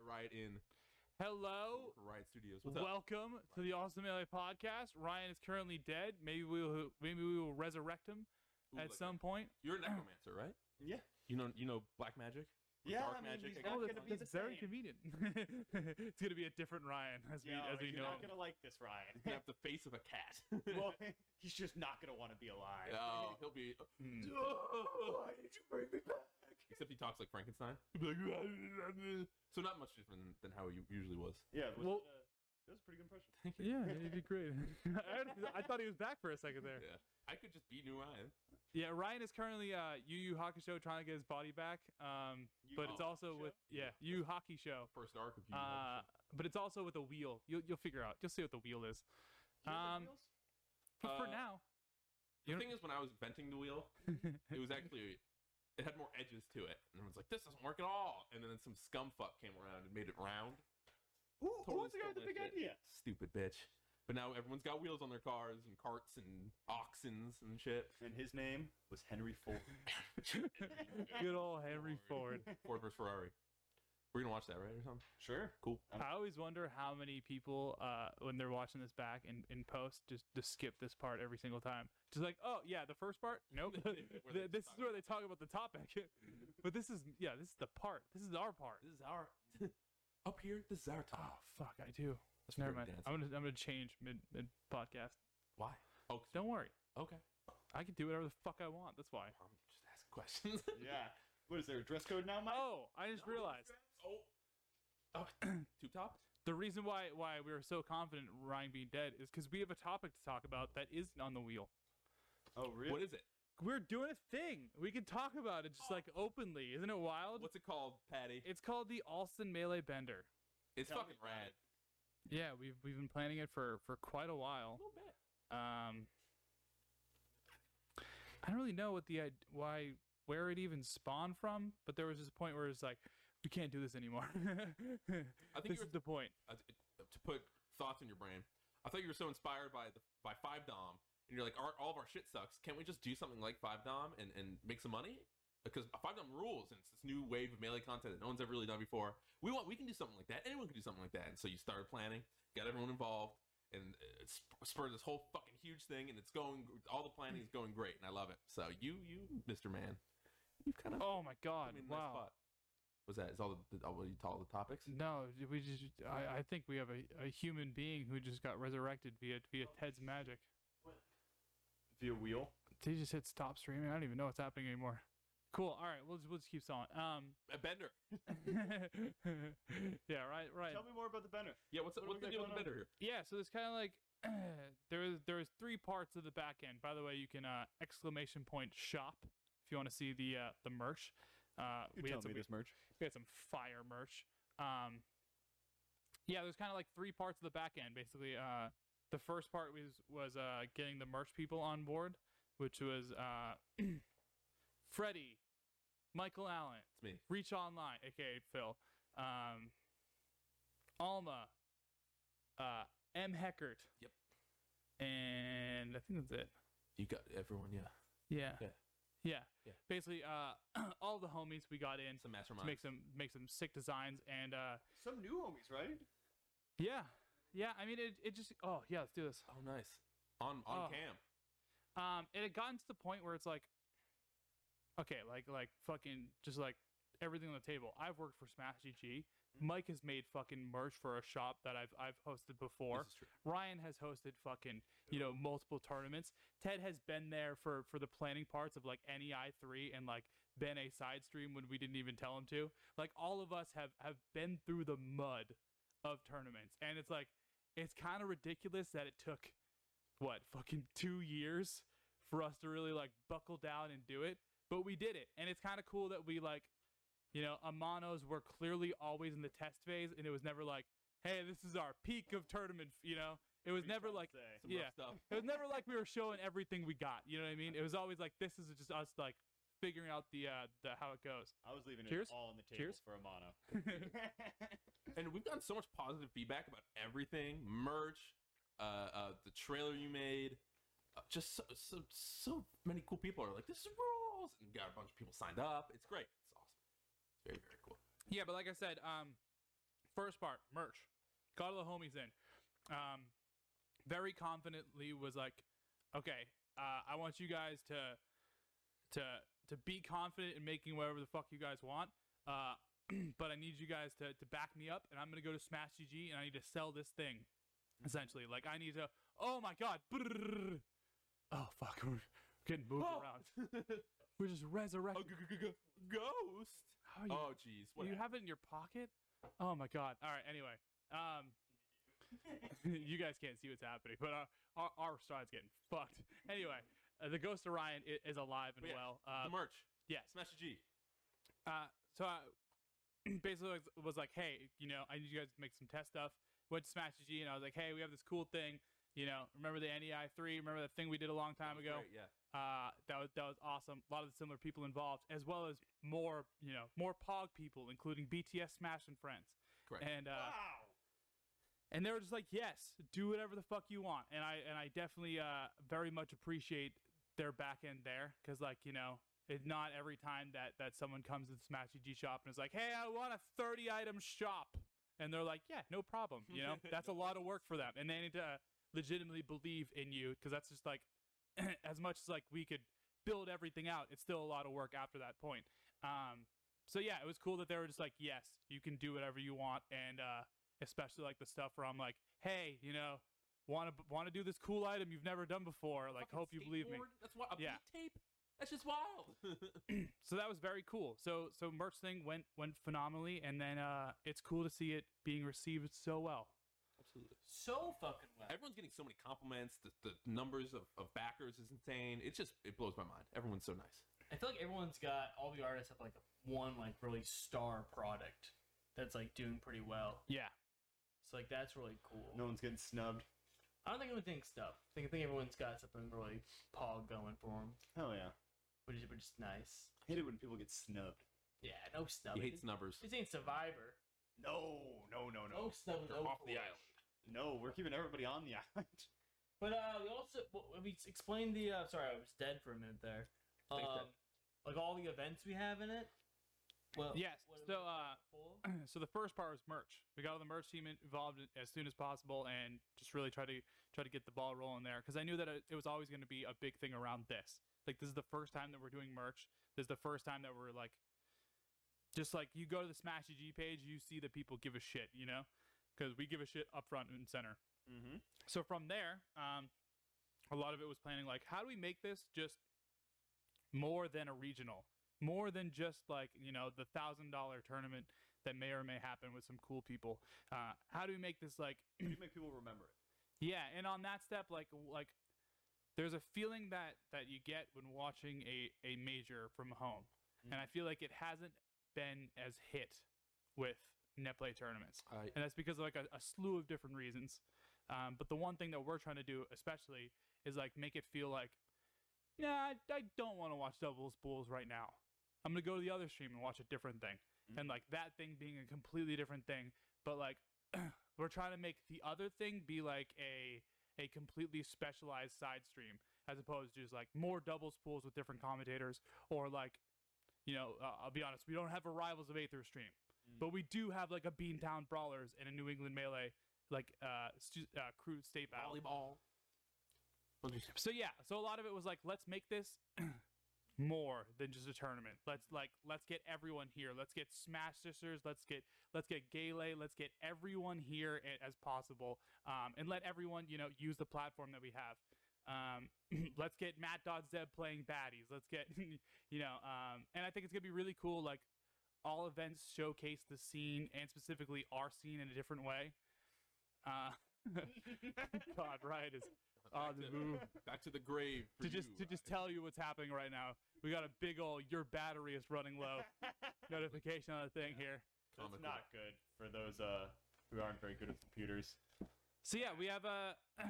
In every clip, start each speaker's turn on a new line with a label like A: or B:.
A: right in
B: Hello.
A: Riot Studios. What's up?
B: Welcome to the Awesome LA podcast. Ryan is currently dead. Maybe we will maybe we will resurrect him at
A: look
B: some
A: at-
B: point.
A: You're a necromancer, right?
C: Yeah.
A: You know, you know black magic.
C: Yeah,
A: dark
C: I mean,
A: magic, I
C: he's not
A: guess.
B: Oh,
C: gonna
B: that's,
C: be the
B: that's very
C: same.
B: convenient. it's gonna be a different Ryan as we
C: Yeah,
B: as we
C: you're
B: know.
C: not gonna like this, Ryan.
A: You have the face of a cat.
C: well, he's just not gonna want to be alive.
A: oh, he'll be.
B: Hmm.
A: Oh, why did you bring me back? Except he talks like Frankenstein. He'll be like, so not much different than how he usually was.
C: Yeah, it was,
B: Well-
C: uh, that was a pretty good impression.
B: Yeah, it'd be great. I, I thought he was back for a second there.
A: Yeah, I could just be new Ryan.
B: Yeah, Ryan is currently uh Yu Yu Hakusho trying to get his body back. Um,
C: Yu
B: but it's
C: Yu
B: also
C: Hakusho?
B: with yeah Yu Yu Hockey Show.
A: First arc of you.
B: Uh, but it's also with a wheel. You'll you'll figure out. You'll see what the wheel is. Um, For, for
A: Uh,
B: now,
A: the thing is, when I was inventing the wheel, it was actually it had more edges to it, and I was like, "This doesn't work at all." And then some scumfuck came around and made it round.
C: Who, who
A: Totally
C: was the guy with the
A: stole
C: big
A: that shit.
C: idea?
A: Stupid bitch. But now everyone's got wheels on their cars and carts and oxens and shit.
C: And his name was Henry Ford.
B: good old Henry Ford.
A: Ford versus Ferrari. We're gonna watch that, right, or something?
C: sure.
A: Cool.
B: I always wonder how many people, uh, when they're watching this back in, in post, just, just skip this part every single time. Just like, oh, yeah, the first part? Nope.
A: they
B: this is
A: talk
B: where they talk about the topic. but this is, yeah, this is the part. This is our part.
A: This is our up here. This is our top.
B: Fuck, I do.
A: That's
B: Oh, Never
A: pretty
B: mind. I'm
A: dance.
B: gonna, I'm gonna change mid mid podcast.
A: Why? Oh, 'cause-
B: Don't worry.
A: okay.
B: I can do whatever the fuck I want. That's why.
A: I'm just asking questions.
C: Yeah. What is there a dress code now, Mike?
B: Oh, I just realized
A: oh. Oh, two tops.
B: the reason why why we were so confident in Ryan being dead is because we have a topic to talk about that isn't on the wheel.
C: Oh, really?
A: What is it?
B: We're doing a thing. We can talk about it just like openly. Isn't it wild?
A: Oh. What's it called, Patty?
B: it's called the Alston Melee Bender.
A: It's
C: Tell me
A: fucking
C: about
A: rad.
C: it.
B: Yeah, we've we've been planning it for for quite a while.
A: little bit.
B: Um, I don't really know what the id- why where it even spawned from, but there was this point where it's like we can't do this anymore.
A: I think
B: this
A: you
B: is the point.
A: were, uh, to put thoughts in your brain. I thought you were so inspired by the by Five Dom, and you're like, our, all of our shit sucks. Can't we just do something like Five Dom and and make some money? Because Five Dom rules, and it's this new wave of melee content that no one's ever really done before. We want we can do something like that. Anyone can do something like that. And so you started planning, got everyone involved, and it sp- spurred this whole fucking huge thing. And it's going. All the planning is going great, and I love it. So you you Mr. Man, you've kind of
B: Oh my
A: I
B: god!
A: mean, nice
B: wow.
A: spot. Was that is all the, the all you all the topics?
B: No, we just. I, I think we have a, a human being who just got resurrected via via Ted's magic.
C: Via wheel.
B: They just hit stop streaming. I don't even know what's happening anymore. Cool. All right, we'll just we'll just keep sawing. Um,
A: A bender.
B: yeah, right, right.
C: Tell me more about the Bender.
A: Yeah, what's
C: we
A: what's the
C: got
A: deal with the
C: going on?
A: bender here?
B: yeah so there's kind of like there's there's three parts of the back end by the way you can uh exclamation point shop if you want to see the uh the merch uh we had, some, we,
C: merch.
B: we had some fire merch um yeah there's kind of like three parts of the back end basically uh the first part was was uh getting the merch people on board which was uh freddie michael allen
A: It's me.
B: Reach Online, aka Phil, um, Alma, uh, M Heckert,
A: Yep.
B: and I think that's it.
A: You got everyone. Yeah.
B: Yeah,
A: Yeah.
B: yeah.
A: Yeah.
B: Basically, uh, all the homies we got in
A: Some
B: to
A: masterminds.
B: make some make some sick designs, and uh,
C: Some new homies, right?
B: yeah, yeah. I mean, it it just oh yeah, let's do this.
A: oh, nice. On on
B: Oh.
A: cam.
B: Um, it had gotten to the point where it's like, okay, like like fucking just like everything on the table. I've worked for Smash GG. Mike has made fucking merch for a shop that I've I've hosted before.
A: This is true.
B: Ryan has hosted fucking you know multiple tournaments. Ted has been there for for the planning parts of like NEI three and like been a side stream when we didn't even tell him to. Like all of us have have been through the mud of tournaments, and it's like it's kind of ridiculous that it took what fucking two years for us to really like buckle down and do it but we did it and it's kind of cool that we like you know amanos were clearly always in the test phase and it was never like hey this is our peak of tournament you know it was never
C: trying to
B: like
C: say? Some
A: rough
B: yeah
A: stuff.
B: it was never like we were showing everything we got you know what i mean it was always like this is just us like figuring out the uh the how it goes
C: I was leaving
B: Cheers.
C: it all on the table
B: Cheers.
C: for a mono.
A: And we've gotten so much positive feedback about everything, merch, uh, uh the trailer you made. Uh, just so, so so many cool people are like, this rules, and got a bunch of people signed up. It's great. It's awesome. It's very very cool.
B: Yeah, but like I said, um, First part, merch. Got all the homies in. Um, very confidently was like, okay, uh, I want you guys to to to be confident in making whatever the fuck you guys want. Uh, but I need you guys to, to back me up, and I'm gonna go to Smash GG, and I need to sell this thing, essentially. Like I need to. Oh my god! brrrr. Oh fuck! We're getting moved around. We're just resurrected.
A: Ghost.
B: How are you?
A: Oh, jeez. What?
B: you
A: happened?
B: have it in your pocket? Oh my god! All right. Anyway, um, you guys can't see what's happening, but uh, our our side's getting fucked. Anyway, uh, the Ghost of Ryan is, is alive and
A: But Oh, yeah,
B: well. Uh,
A: the merch.
B: yes.
A: Smash the G.
B: Uh, so I basically was, was like, hey, you know, I need you guys to make some test stuff. Went to Smash G and I was like, hey, we have this cool thing. You know, remember the NEI three? Remember that thing we did a long time ago?
A: Great, yeah.
B: Uh, that was that was awesome. A lot of the similar people involved, as well as more, you know, more Pog people, including BTS, Smash, and friends.
A: Correct.
B: And uh,
C: wow.
B: and they were just like, "Yes, do whatever the fuck you want." And I and I definitely uh, very much appreciate their back end there because, like, you know, it's not every time that that someone comes to the Smash G shop and is like, "Hey, I want a thirty item shop," and they're like, "Yeah, no problem." You know, that's a lot of work for them, and they need to legitimately believe in you because that's just like as much as like we could build everything out, it's still a lot of work after that point. Um, so yeah, it was cool that they were just like, "Yes, you can do whatever you want," and uh, especially like the stuff where I'm like, "Hey, you know, want to want to do this cool item you've never done before? Like,
A: Fucking
B: hope you believe me."
A: skateboard? That's why a
B: Yeah.
A: beat tape. That's just wild.
B: So that was very cool. So so merch thing went went phenomenally, and then uh, it's cool to see it being received so well.
A: Absolutely.
D: So fucking well.
A: Everyone's getting so many compliments. The, the numbers of, of backers is insane. It's just it blows my mind. Everyone's so nice.
D: I feel like everyone's got all the artists have like one like really star product that's like doing pretty well.
B: Yeah,
D: So like that's really cool.
C: No one's getting snubbed.
D: I don't think anyone thinks stuff. I think I think everyone's got something really pog going for them,
C: Hell yeah.
D: which is which is nice.
C: Hate it when people get snubbed.
D: Yeah, no
A: He
D: snubbing.
A: hates numbers.
D: This ain't Survivor.
C: No, no, no,
D: No, snubbing.
A: They're
D: no
A: off the
D: bullshit.
A: island.
C: No, we're keeping everybody on the island.
D: But uh, we also well, we explained the. Uh, sorry, I was dead for a minute there. Um,
A: Thanks, Dad.
D: like all the events we have in it.
A: Oh.
D: Well,
B: Yes,
D: what
B: so,
D: events are
B: uh,
D: full?
B: so the first part was merch. We got all the merch team in- involved in- as soon as possible, and just really try to try to get the ball rolling there because I knew that it, it was always going to be a big thing around this. Like this is the first time that we're doing merch. This is the first time that we're like, just like you go to the Smash G page, you see that people give a shit, you know, because we give a shit up front and center.
C: mm-hmm.
B: So from there, um, a lot of it was planning like, how do we make this just more than a regional, more than just like you know the thousand dollar tournament that may or may happen with some cool people. Uh, how do we make this like
C: You make people remember it.
B: yeah, and on that step, like like there's a feeling that that you get when watching a a major from home, and I feel like it hasn't been as hit with net play tournaments
A: I,
B: and that's because of like a, a slew of different reasons. Um, but the one thing that we're trying to do, especially, is like make it feel like, nah, I, I don't want to watch doubles bulls right now. I'm gonna go to the other stream and watch a different thing, and like that thing being a completely different thing. But like, we're trying to make the other thing be like a a completely specialized side stream, as opposed to just like more doubles pools with different commentators, or like, you know, uh, I'll be honest, we don't have a Rivals of Aether stream. But we do have like a Beantown Brawlers and a New England Melee like uh, stu- uh crew state battle.
A: volleyball.
B: So yeah, so a lot of it was like let's make this more than just a tournament. Let's like let's get everyone here. Let's get Smash Sisters. Let's get let's get Gale. Let's get everyone here a- as possible, um, and let everyone you know use the platform that we have. Um, let's get Matt Dodd Zeb playing baddies. Let's get you know, um, and I think it's gonna be really cool. Like all events showcase the scene and specifically our scene in a different way. Uh, God, Riot is on Ah, the move
A: Back to the grave. for
B: to just
A: you,
B: to just
A: Ryan.
B: tell you what's happening right now. We got a big old your battery is running low notification on the thing here.
C: That's
A: Comical.
C: not good for those uh who aren't very good with computers.
B: So yeah, we have a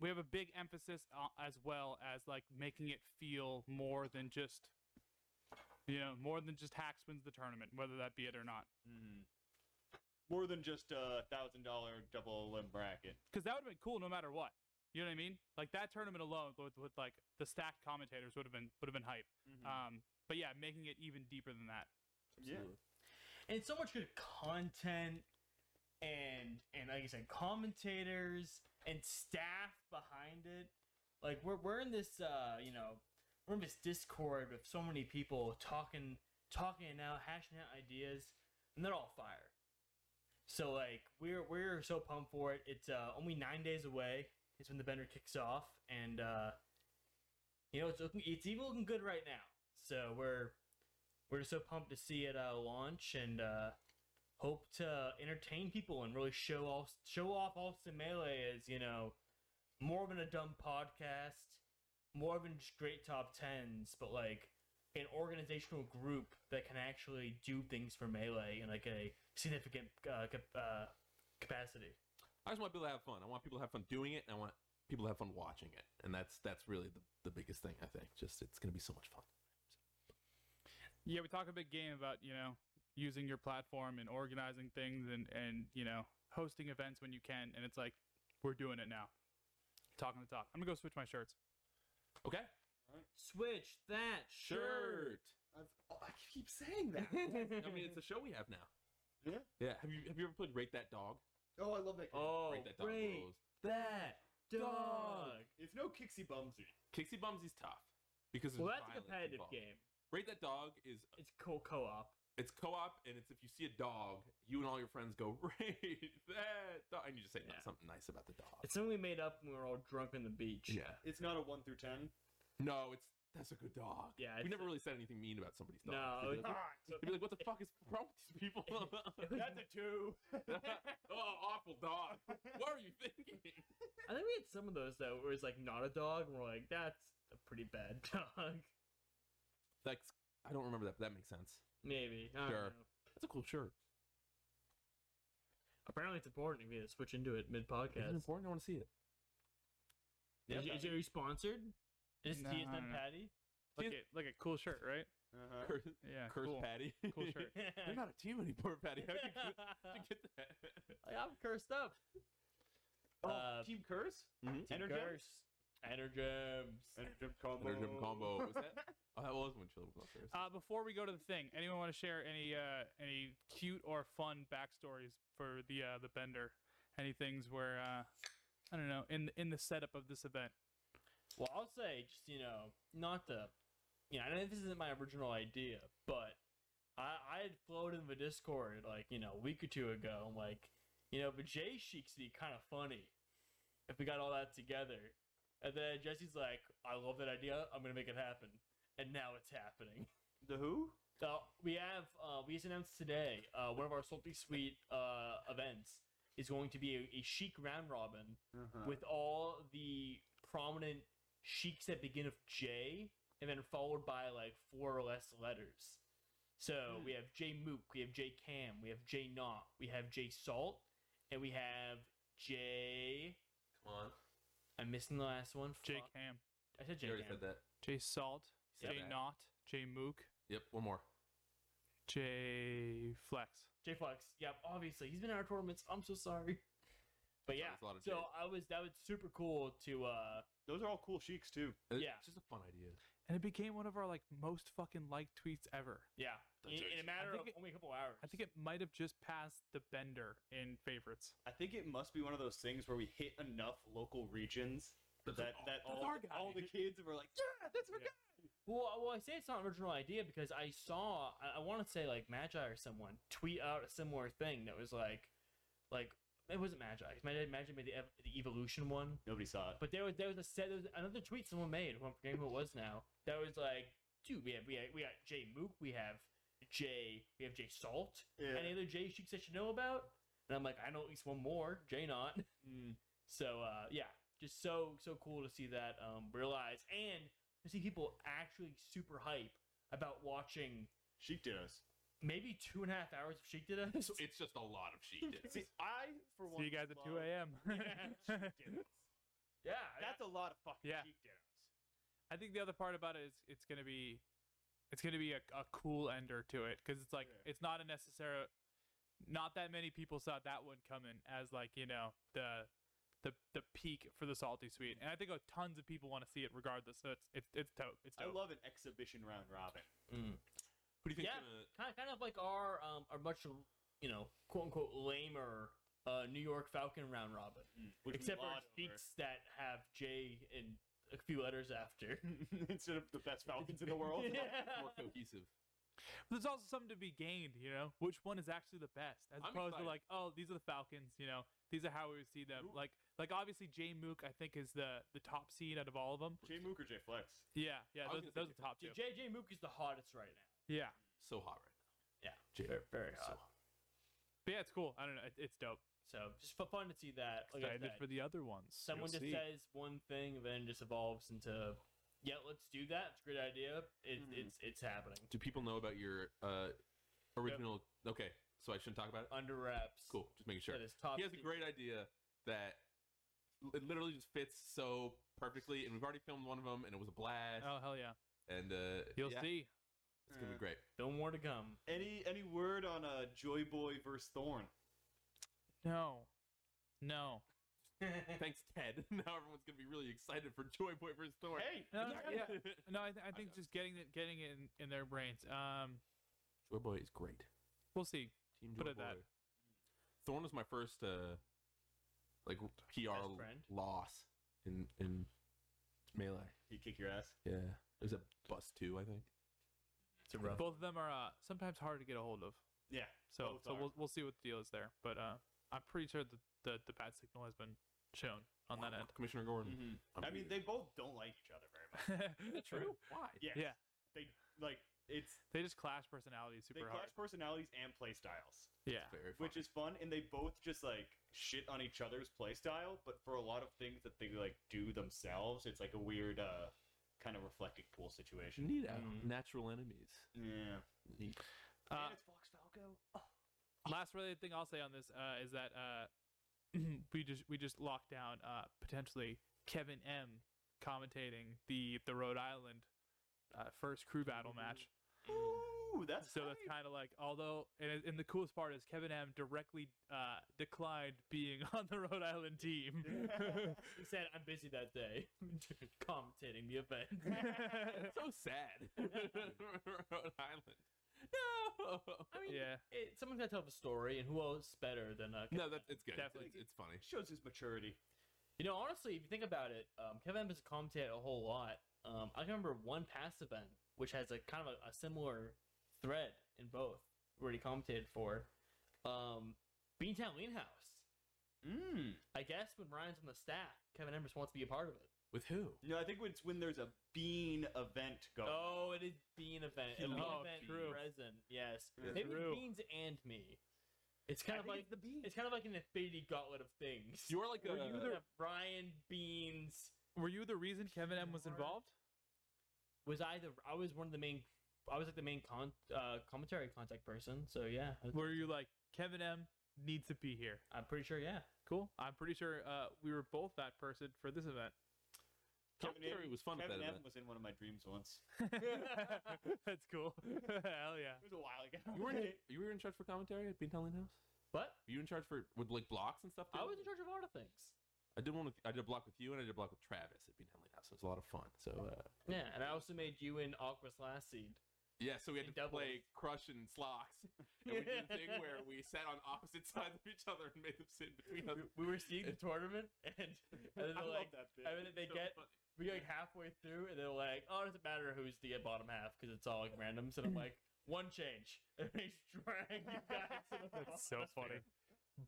B: we have a big emphasis o- as well as like making it feel more than just you know more than just hacks wins the tournament, whether that be it or not.
C: Mm-hmm. More than just a thousand dollar double limb bracket.
B: Because that would have been cool no matter what. You know what I mean? Like that tournament alone with, with like the stacked commentators would have been would have been hype.
A: Mm-hmm.
B: Um, but yeah, making it even deeper than that.
C: yeah.
A: Absolutely.
D: and so much good content and and like I said, commentators and staff behind it. Like we're we're in this uh, you know, we're in this discord with so many people talking talking and out, hashing out ideas, and they're all fire. So like we're we're so pumped for it. It's uh, only nine days away. It's when the bender kicks off, and uh, you know it's looking it's even looking good right now. So we're we're so pumped to see it uh, launch and uh, hope to entertain people and really show off show off Austin Melee as you know more of an a dumb podcast, more of an just great top tens, but like an organizational group that can actually do things for melee in like a significant uh, cap- uh, capacity.
A: I just want people to have fun. I want people to have fun doing it, and I want people to have fun watching it. And that's that's really the, the biggest thing I think. Just it's going to be so much fun.
B: Yeah, we talk a big game about you know using your platform and organizing things and and you know hosting events when you can, and it's like we're doing it now. Talking to talk. I'm gonna go switch my shirts.
A: Okay,
D: Switch that shirt.
E: I've, oh, I keep saying that.
A: I mean, it's a show we have now.
E: Yeah.
A: Yeah. Have you have you ever played Rate That Dog?
E: oh, I love that. Game.
D: oh,
A: Rate That Dog
D: great.
A: rules.
D: That dog.
C: It's no Kixie Bumsy.
A: Kixie Bumsy's tough because there's
D: Well, that's a
A: violence
D: competitive
A: involved.
D: game.
A: Rate That Dog is
D: It's cool co-op.
A: it's co-op and it's if you see a dog, you and all your friends go rate that dog, and you just say
D: Yeah.
A: something nice about the dog.
D: It's something we made up when we were all drunk on the beach.
A: yeah.
C: It's not a one through ten.
A: No, it's that's a good dog.
D: Yeah,
A: We
D: it's-
A: never really said anything mean about somebody's dog.
D: No,
A: They'd be
D: it-
A: like, they'd be like, what the fuck is wrong with these people?
C: That's a two.
A: oh, awful dog. What are you thinking?
D: I think we had some of those though, where it's like not a dog, and we're like, that's a pretty bad dog.
A: That's I don't remember that, but that makes sense.
D: Maybe. I don't
A: Sure.
D: know.
A: That's a cool shirt.
D: Apparently, it's important if you switch into it mid
A: Is it
D: podcast.
A: important? I want to see it.
C: Yeah,
D: is, is it sponsored? Is
B: No, no,
D: TSN
B: no.
D: Patty?
B: Like
A: Dude.
B: a, like a cool shirt, right?
C: Uh-huh.
A: Curse,
B: Yeah.
A: curse
B: cool.
A: Patty.
B: Cool shirt.
A: They're not a team anymore, Patty. How did you get, how'd you
D: Like,
A: get that?
D: I'm cursed up.
A: Oh,
D: Uh,
A: Team Curse? Mm-hmm.
D: Team
C: Energems?
D: Curse. Energems.
C: Energem combo.
A: combo. Was that? Oh, that was when Chill was on Curse.
B: Uh, before we go to the thing, anyone want to share any uh, any cute or fun backstories for the uh, the bender? Any things where uh, I don't know in in the setup of this event?
D: Well, I'll say just you know not the, you know I know this isn't my original idea, but I I had floated in the Discord like you know a week or two ago. I'm like, you know, but Jay Sheik's be kind of funny if we got all that together, and then Jesse's like, I love that idea. I'm gonna make it happen, and now it's happening.
C: The who?
D: So we have uh, we just announced today uh, one of our Salty Sweet uh, events is going to be a, a Sheik round robin
C: Uh-huh.
D: with all the prominent sheiks that begin with J and then followed by like four or less letters. So
A: Hmm.
D: we have J Mook, we have J Cam, we have J Knot, we have J Salt, and we have J.
A: Come on.
D: I'm missing the last one.
B: J
D: Fuck.
B: Cam,
D: I said J
A: You already
D: Cam.
A: said that.
B: J Salt,
A: You said
B: J
A: that.
B: Knot, J Mook,
A: Yep, one more.
B: J Flex.
D: J Flex. Yep, obviously he's been in our tournaments. I'm so sorry. But
A: Sorry,
D: yeah,
A: there's a lot of
D: so
A: J's.
D: I was that was super cool to uh
C: Those are all cool sheiks too.
A: Uh, It's
D: Yeah.
A: just a fun idea.
B: And it became one of our like most fucking liked tweets ever.
D: yeah
A: The
D: in, in
A: J's.
D: a matter
B: I
D: of
B: think it-
D: only a couple hours.
B: I think it might have just passed the bender in favorites.
C: I think it must be one of those things where we hit enough local regions
A: That's
C: that
A: all-
C: that
A: that's
C: all,
A: our guy.
C: all the kids were like, yeah, that's my
B: Yeah.
D: Well, I- well, I say it's not an original idea because I saw, I, I want to say like Magi or someone tweet out a similar thing that was like, like it wasn't Magi. Magi, Magi made the, ev- the evolution one,
C: Nobody saw it.
D: but there was there was a set, there was another tweet someone made. I'm forgetting who it was now. That was like, dude, we have we have, we got Jay Mook, we have Jay, we have Jay Salt.
C: Yeah.
D: Any other Jay sheiks I should know about? And I'm like, I know at least one more Jay Not.
C: Mm.
D: So uh, yeah, just so so cool to see that um, realize and to see people actually super hype about watching
C: Sheik dittos.
D: maybe two and a half hours of Sheik did us.
A: It's just a lot of sheep.
C: See, I for one.
B: See you guys at 2 a.m.
D: yeah,
C: That's a lot of fucking
B: Yeah.
C: sheik dittos.
B: I think the other part about it is it's gonna be, it's gonna be a, a cool ender to it because it's like
C: Yeah.
B: it's not a necessary. Not that many people saw that one coming as like you know the, the the peak for the salty sweet, and I think uh, tons of people want to see it regardless. So it's it's it's dope. It's
C: I
B: dope.
C: love an exhibition round robin.
D: Mm.
A: Who do you think?
D: Yeah. kind of, kind of like our um, our much you know quote unquote lamer uh, New York Falcon round robin,
C: Which we
D: except for
C: laud over.
D: speaks that have J and a few letters after.
C: instead of the best Falcons in the world.
D: Yeah.
A: more cohesive.
B: There's also something to be gained, you know. Which one is actually the best, as
A: I'm
B: opposed
A: excited.
B: to like, oh, these are the Falcons, you know. These are how we would see them.
C: Who-
B: Like, like obviously Jay Mook, I think, is the the top seed out of all of them.
C: Jay Mook or Jay Flex?
B: Yeah, yeah,
A: I was gonna say
B: those, those are the top two.
D: Dude, JJ Mook is the hottest right now.
B: Yeah,
A: So hot right now.
D: Yeah.
A: Jay,
D: Very, very
A: so
D: hot.
A: hot.
B: but yeah, it's cool. I don't know, it, it's dope.
D: So just fu- fun to see that. Like I
B: Excited
D: said,
B: for the other ones.
D: someone
B: You'll
D: just
B: see.
D: says one thing, and then just evolves into, yeah, let's do that. It's a great idea. It,
C: Mhm.
D: It's it's happening
A: Do people know about your uh, original? Okay, so I shouldn't talk about it.
D: under wraps.
A: Cool, just making sure.
D: That is top.
A: He has a
D: secret.
A: great idea that l- it literally just fits so perfectly, and we've already filmed one of them, and it was a blast.
B: Oh hell yeah,
A: And uh,
B: you'll
A: yeah,
B: see.
A: it's gonna be
C: Yeah.
A: great.
D: No more to come.
C: Uh, Any any word on uh, Joy Boy versus Thorn?
B: No, no,
A: Thanks, Ted. Now everyone's gonna be really excited for Joy Boy vs. Thor.
C: Hey,
B: no,
C: it's-
B: yeah. no. I, th- I
A: I
B: think
A: know.
B: just getting it, getting it in, in their brains. Um,
A: Joy Boy is great.
B: we'll see.
A: Team Joy
B: Put it
A: Boy.
B: that.
A: Thorn was my first uh, like PR
D: Best friend.
A: loss in in melee.
C: he kick your ass.
A: Yeah, it was a bus two, I think.
D: It's a rough.
B: Both of them are uh, sometimes hard to get a hold of.
C: Yeah,
B: So
C: Both
B: so
C: are.
B: we'll we'll see what the deal is there. But uh, I'm pretty sure that the the bat signal has been shown on that end.
A: Commissioner Gordon.
C: Mm-hmm. I mean they both don't like each other very much.
A: true. Why?
C: Yeah,
B: Yeah.
C: they like it's
B: They just clash personalities super
C: they
B: hard.
C: clash personalities and play styles,
B: Yeah.
A: Very funny.
C: which is fun, and they both just like shit on each other's play style. But for a lot of things that they like do themselves, it's like a weird uh kind of reflecting pool situation.
A: Neato.
B: Mm.
D: Mhm.
A: Natural enemies.
C: Yeah,
A: Neat.
B: Uh,
C: and it's Fox Falco.
B: last related thing I'll say on this uh, is that uh, we just we just locked down uh, potentially Kevin M commentating the the Rhode Island uh, first crew battle
C: Mm-hmm.
B: match.
C: Ooh, that's
B: Mm. So that's kind of like although and, it- and the coolest part is Kevin M directly uh, declined being on the Rhode Island team.
D: he said, "I'm busy that day, commentating the event."
B: I
A: so sad. Rhode Island. No.
D: I mean,
B: Yeah.
D: it, someone's got to tell the story, and who else better than uh,
A: No, that, it's good.
B: Definitely.
A: It's, it's funny.
C: shows his maturity.
D: You know, honestly, if you think about it, um, Kevin Evans commentated a whole lot. Um, I can remember one past event which has a kind of a, a similar thread in both where he commentated for um, Beantown Lean House.
C: Mm.
D: I guess when Ryan's on the staff, Kevin Embers wants to be a part of it.
A: With who?
C: No, I think it's when there's a bean event going.
D: Oh, it is Bean event. A Bean
B: Oh,
D: event
B: true.
D: present. Yes,
C: Yeah.
D: maybe it's
B: True.
D: Beans and me. It's kind of like
C: the bean.
D: it's kind of like an infinity gauntlet of things.
A: You are like
B: Were
A: a,
B: you
D: You have Brian Beans.
B: Were you the reason Kevin M was involved?
D: was I the I was one of the main I was like the main con uh, commentary contact person. So yeah, I-
B: Were you like Kevin M needs to be here?
D: I'm pretty sure. Yeah,
B: Cool. I'm pretty sure uh, we were both that person for this event.
A: Tom
C: Kevin
A: Terry
C: Am-
A: was fun at
C: Kevin
A: that
C: M
A: event.
C: was in one of my dreams once.
B: That's cool. Hell yeah.
C: It was a while ago.
A: You were in, you were in charge for commentary at Beantown Lane House.
D: but
A: Were you in charge for with like blocks and stuff?
D: I
A: too?
D: was in charge of a lot of things.
A: I did one. With, I did a block with you, and I did a block with Travis at Beantown Lane House. It was a lot of fun. So uh,
D: Yeah, and I also made you and Aqua's last seed.
A: yeah, so we had
D: And
A: to
D: double.
A: play Crush and Slocks, and we did a thing where we sat on opposite sides of each other and made them sit between us.
D: We were seeing the tournament, and, and then
C: I
D: they're
C: love
D: like,
C: that bit.
D: and then they
A: So
D: get
A: funny.
D: we like halfway through, and they're like, oh, it doesn't matter who's the bottom half because it's all like random. So I'm like, one change, and they drag you guys. to the bottom.
B: That's so funny.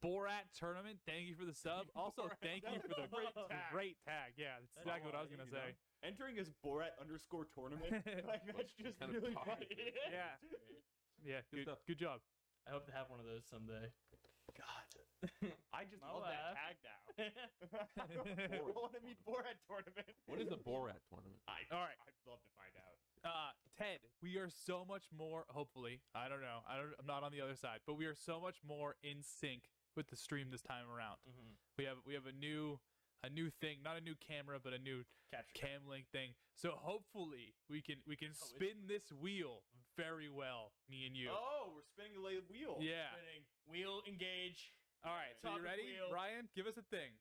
B: Borat tournament. Thank you for the sub. Also,
A: Borat.
B: thank you for the
D: Great tag.
B: great tag. Yeah, that's
D: That's
B: exactly what I was
D: awesome,
B: gonna
D: you know?
B: say.
C: Entering as Borat underscore tournament. like, that's
A: What
C: just
A: kind of
C: really
A: pod
C: funny.
A: is this?
B: Yeah, yeah.
A: Good
B: Good,
A: stuff.
B: good job.
D: I hope to have one of those someday.
C: God. I just
D: My
C: love that
D: laugh.
C: tag now. I
A: Borat
C: want to meet Borat tournament.
A: What is a Borat tournament?
C: I,
B: All right.
C: I'd love to find out.
B: uh, Ted, we are so much more. Hopefully, I don't know. I don't. I'm not on the other side, but we are so much more in sync with the stream this time around.
D: Mhm.
B: We have we have a new a new thing, not a new camera, but a new
D: Capture.
B: cam link thing. So hopefully we can we can
D: Oh, it's-
B: spin this wheel very well, me and you.
C: Oh, we're spinning the lay wheel.
B: yeah.
D: Spinning. Wheel engage.
B: All right. So you
D: Topic
B: ready,
D: wheel.
B: Ryan? Give us a thing.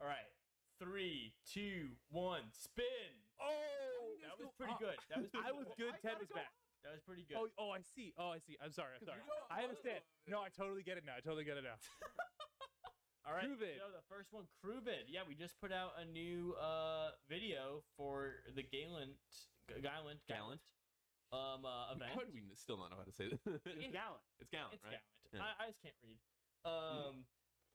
D: All right, three, two, one, spin.
B: Oh,
D: That was pretty good. That was pretty
B: Uh, I was
D: good.
B: good.
C: I
B: Ted
C: gotta
B: was
C: go
B: back.
D: That was pretty good.
B: Oh, oh, I see. Oh, I see. I'm sorry. I'm sorry. I understand. No, I totally get it now. I totally get it now.
D: All right,
B: Kruvit.
D: Joe, the first one, Kruvit. Yeah, we just put out a new uh video for the Galen, Galen,
A: Gallant.
D: um uh, event.
A: How do we still not know how to say this?
C: It's Gallant.
A: it's Gallant,
D: it's
A: right?
D: Gallant. I, I just can't read. Um,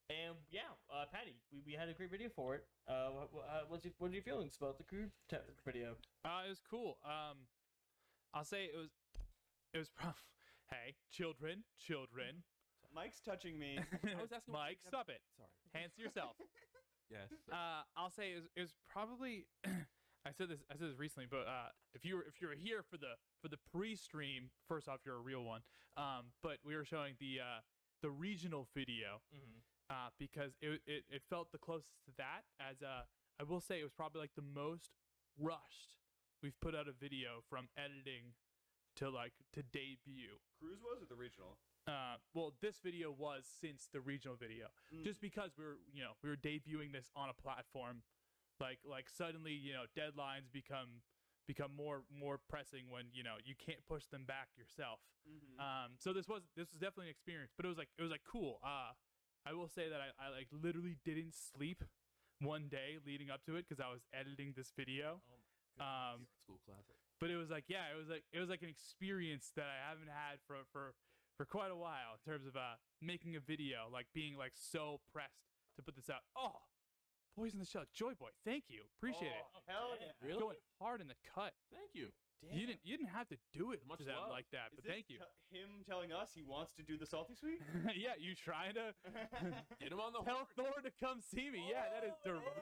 D: and yeah, uh, Patty, we, we had a great video for it. Uh, what, uh, what's your, what are your feelings about the Kruvit video?
B: Uh, it was cool. Um, I'll say it was. It was prob. Hey, children, children.
C: Mike's touching me.
A: I was asking what
B: Mike,
A: you-
B: stop it.
A: Sorry.
B: Hands to yourself.
A: Yes.
B: Uh, I'll say it was, it was probably. I said this. I said this recently, but uh, if you were if you're here for the for the pre-stream, first off, you're a real one. Um, but we were showing the uh, the regional video
D: Mm-hmm.
B: uh, because it, it it felt the closest to that. As uh, I will say, it was probably like the most rushed we've put out a video from editing to like to debut.
C: Cruise was or the regional?
B: Uh, well, this video was since the regional video,
C: Mm.
B: just because we were you know we were debuting this on a platform, like like suddenly you know deadlines become become more more pressing when you know you can't push them back yourself.
C: Mm-hmm.
B: Um, so this was this was definitely an experience, but it was like it was like cool. Uh, I will say that I, I like literally didn't sleep one day leading up to it because I was editing this video.
A: Oh
B: Um,
A: school class.
B: but it was like yeah, it was like it was like an experience that I haven't had for for for quite a while in terms of uh making a video, like being like so pressed to put this out. Oh, boys in the shell, Joy Boy, thank you, appreciate it.
C: Oh, Hell yeah.
A: Oh, Really?
B: Going hard in the cut.
A: Thank you.
B: You didn't you didn't have to do it
A: Much
B: to them
A: love.
B: like that,
C: Is
B: but
C: this
B: thank you.
C: te- him telling us he wants to do the salty sweet?
B: yeah, you trying to
A: Get him on the horn.
B: Tell Thor to come see me. Yeah, that
A: Oh,
B: is direct.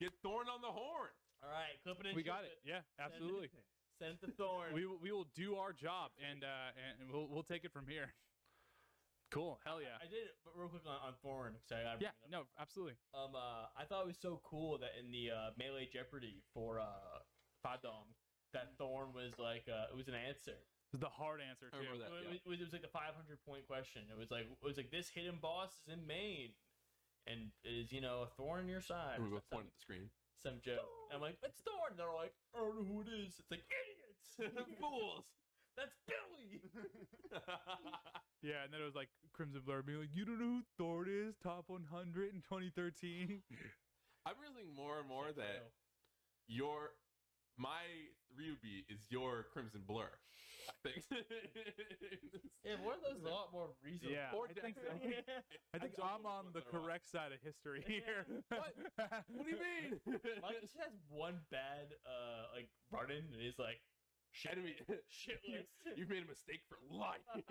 A: Get Thorn on the horn.
D: All right, clip it in.
B: We got
D: ship
B: it. Yeah,
D: Send
B: absolutely.
D: it- Send it to Thorn.
B: We will- we will do our job and uh and we'll we'll take it from here. Cool. Hell yeah.
D: I did it, but real quick on, on Thorn. Sorry, I
B: Yeah. No. Absolutely.
D: Um, uh, I thought it was so cool that in the uh, melee Jeopardy for uh, Fadom, that Thorn was like uh, it was an answer.
B: This is the hard answer
A: I remember
B: too.
A: that.
D: it,
A: yeah.
D: was, it was- it was like the 500 point question. It was like it was like this hidden boss is in Maine, and is you know a thorn in your side.
A: And we
D: or
A: both
D: some,
A: pointed at the screen.
D: some joke. And I'm like, it's thorn. They're like, I don't know who it is. It's like idiots.
A: Fools.
D: That's Billy.
B: Yeah. And then it was like Crimson Blur being like, "You don't know who Thor is? Top 100 in 2013."
A: I'm realizing more and more
D: Like,
A: that
D: oh.
A: your my Ruby is your Crimson Blur. I think.
D: Yeah, one of those is a lot more reasonable.
B: Yeah.
A: Or
B: I think,
A: Jackson.
B: I think, I think
A: I
B: I'm
A: don't
B: on
A: know what
B: the
A: they're on.
B: correct side of history here.
A: What? what do you mean?
D: Mike just has one bad uh like run in, and he's like,
A: Enemy.
D: shitless.
A: You've made a mistake for life.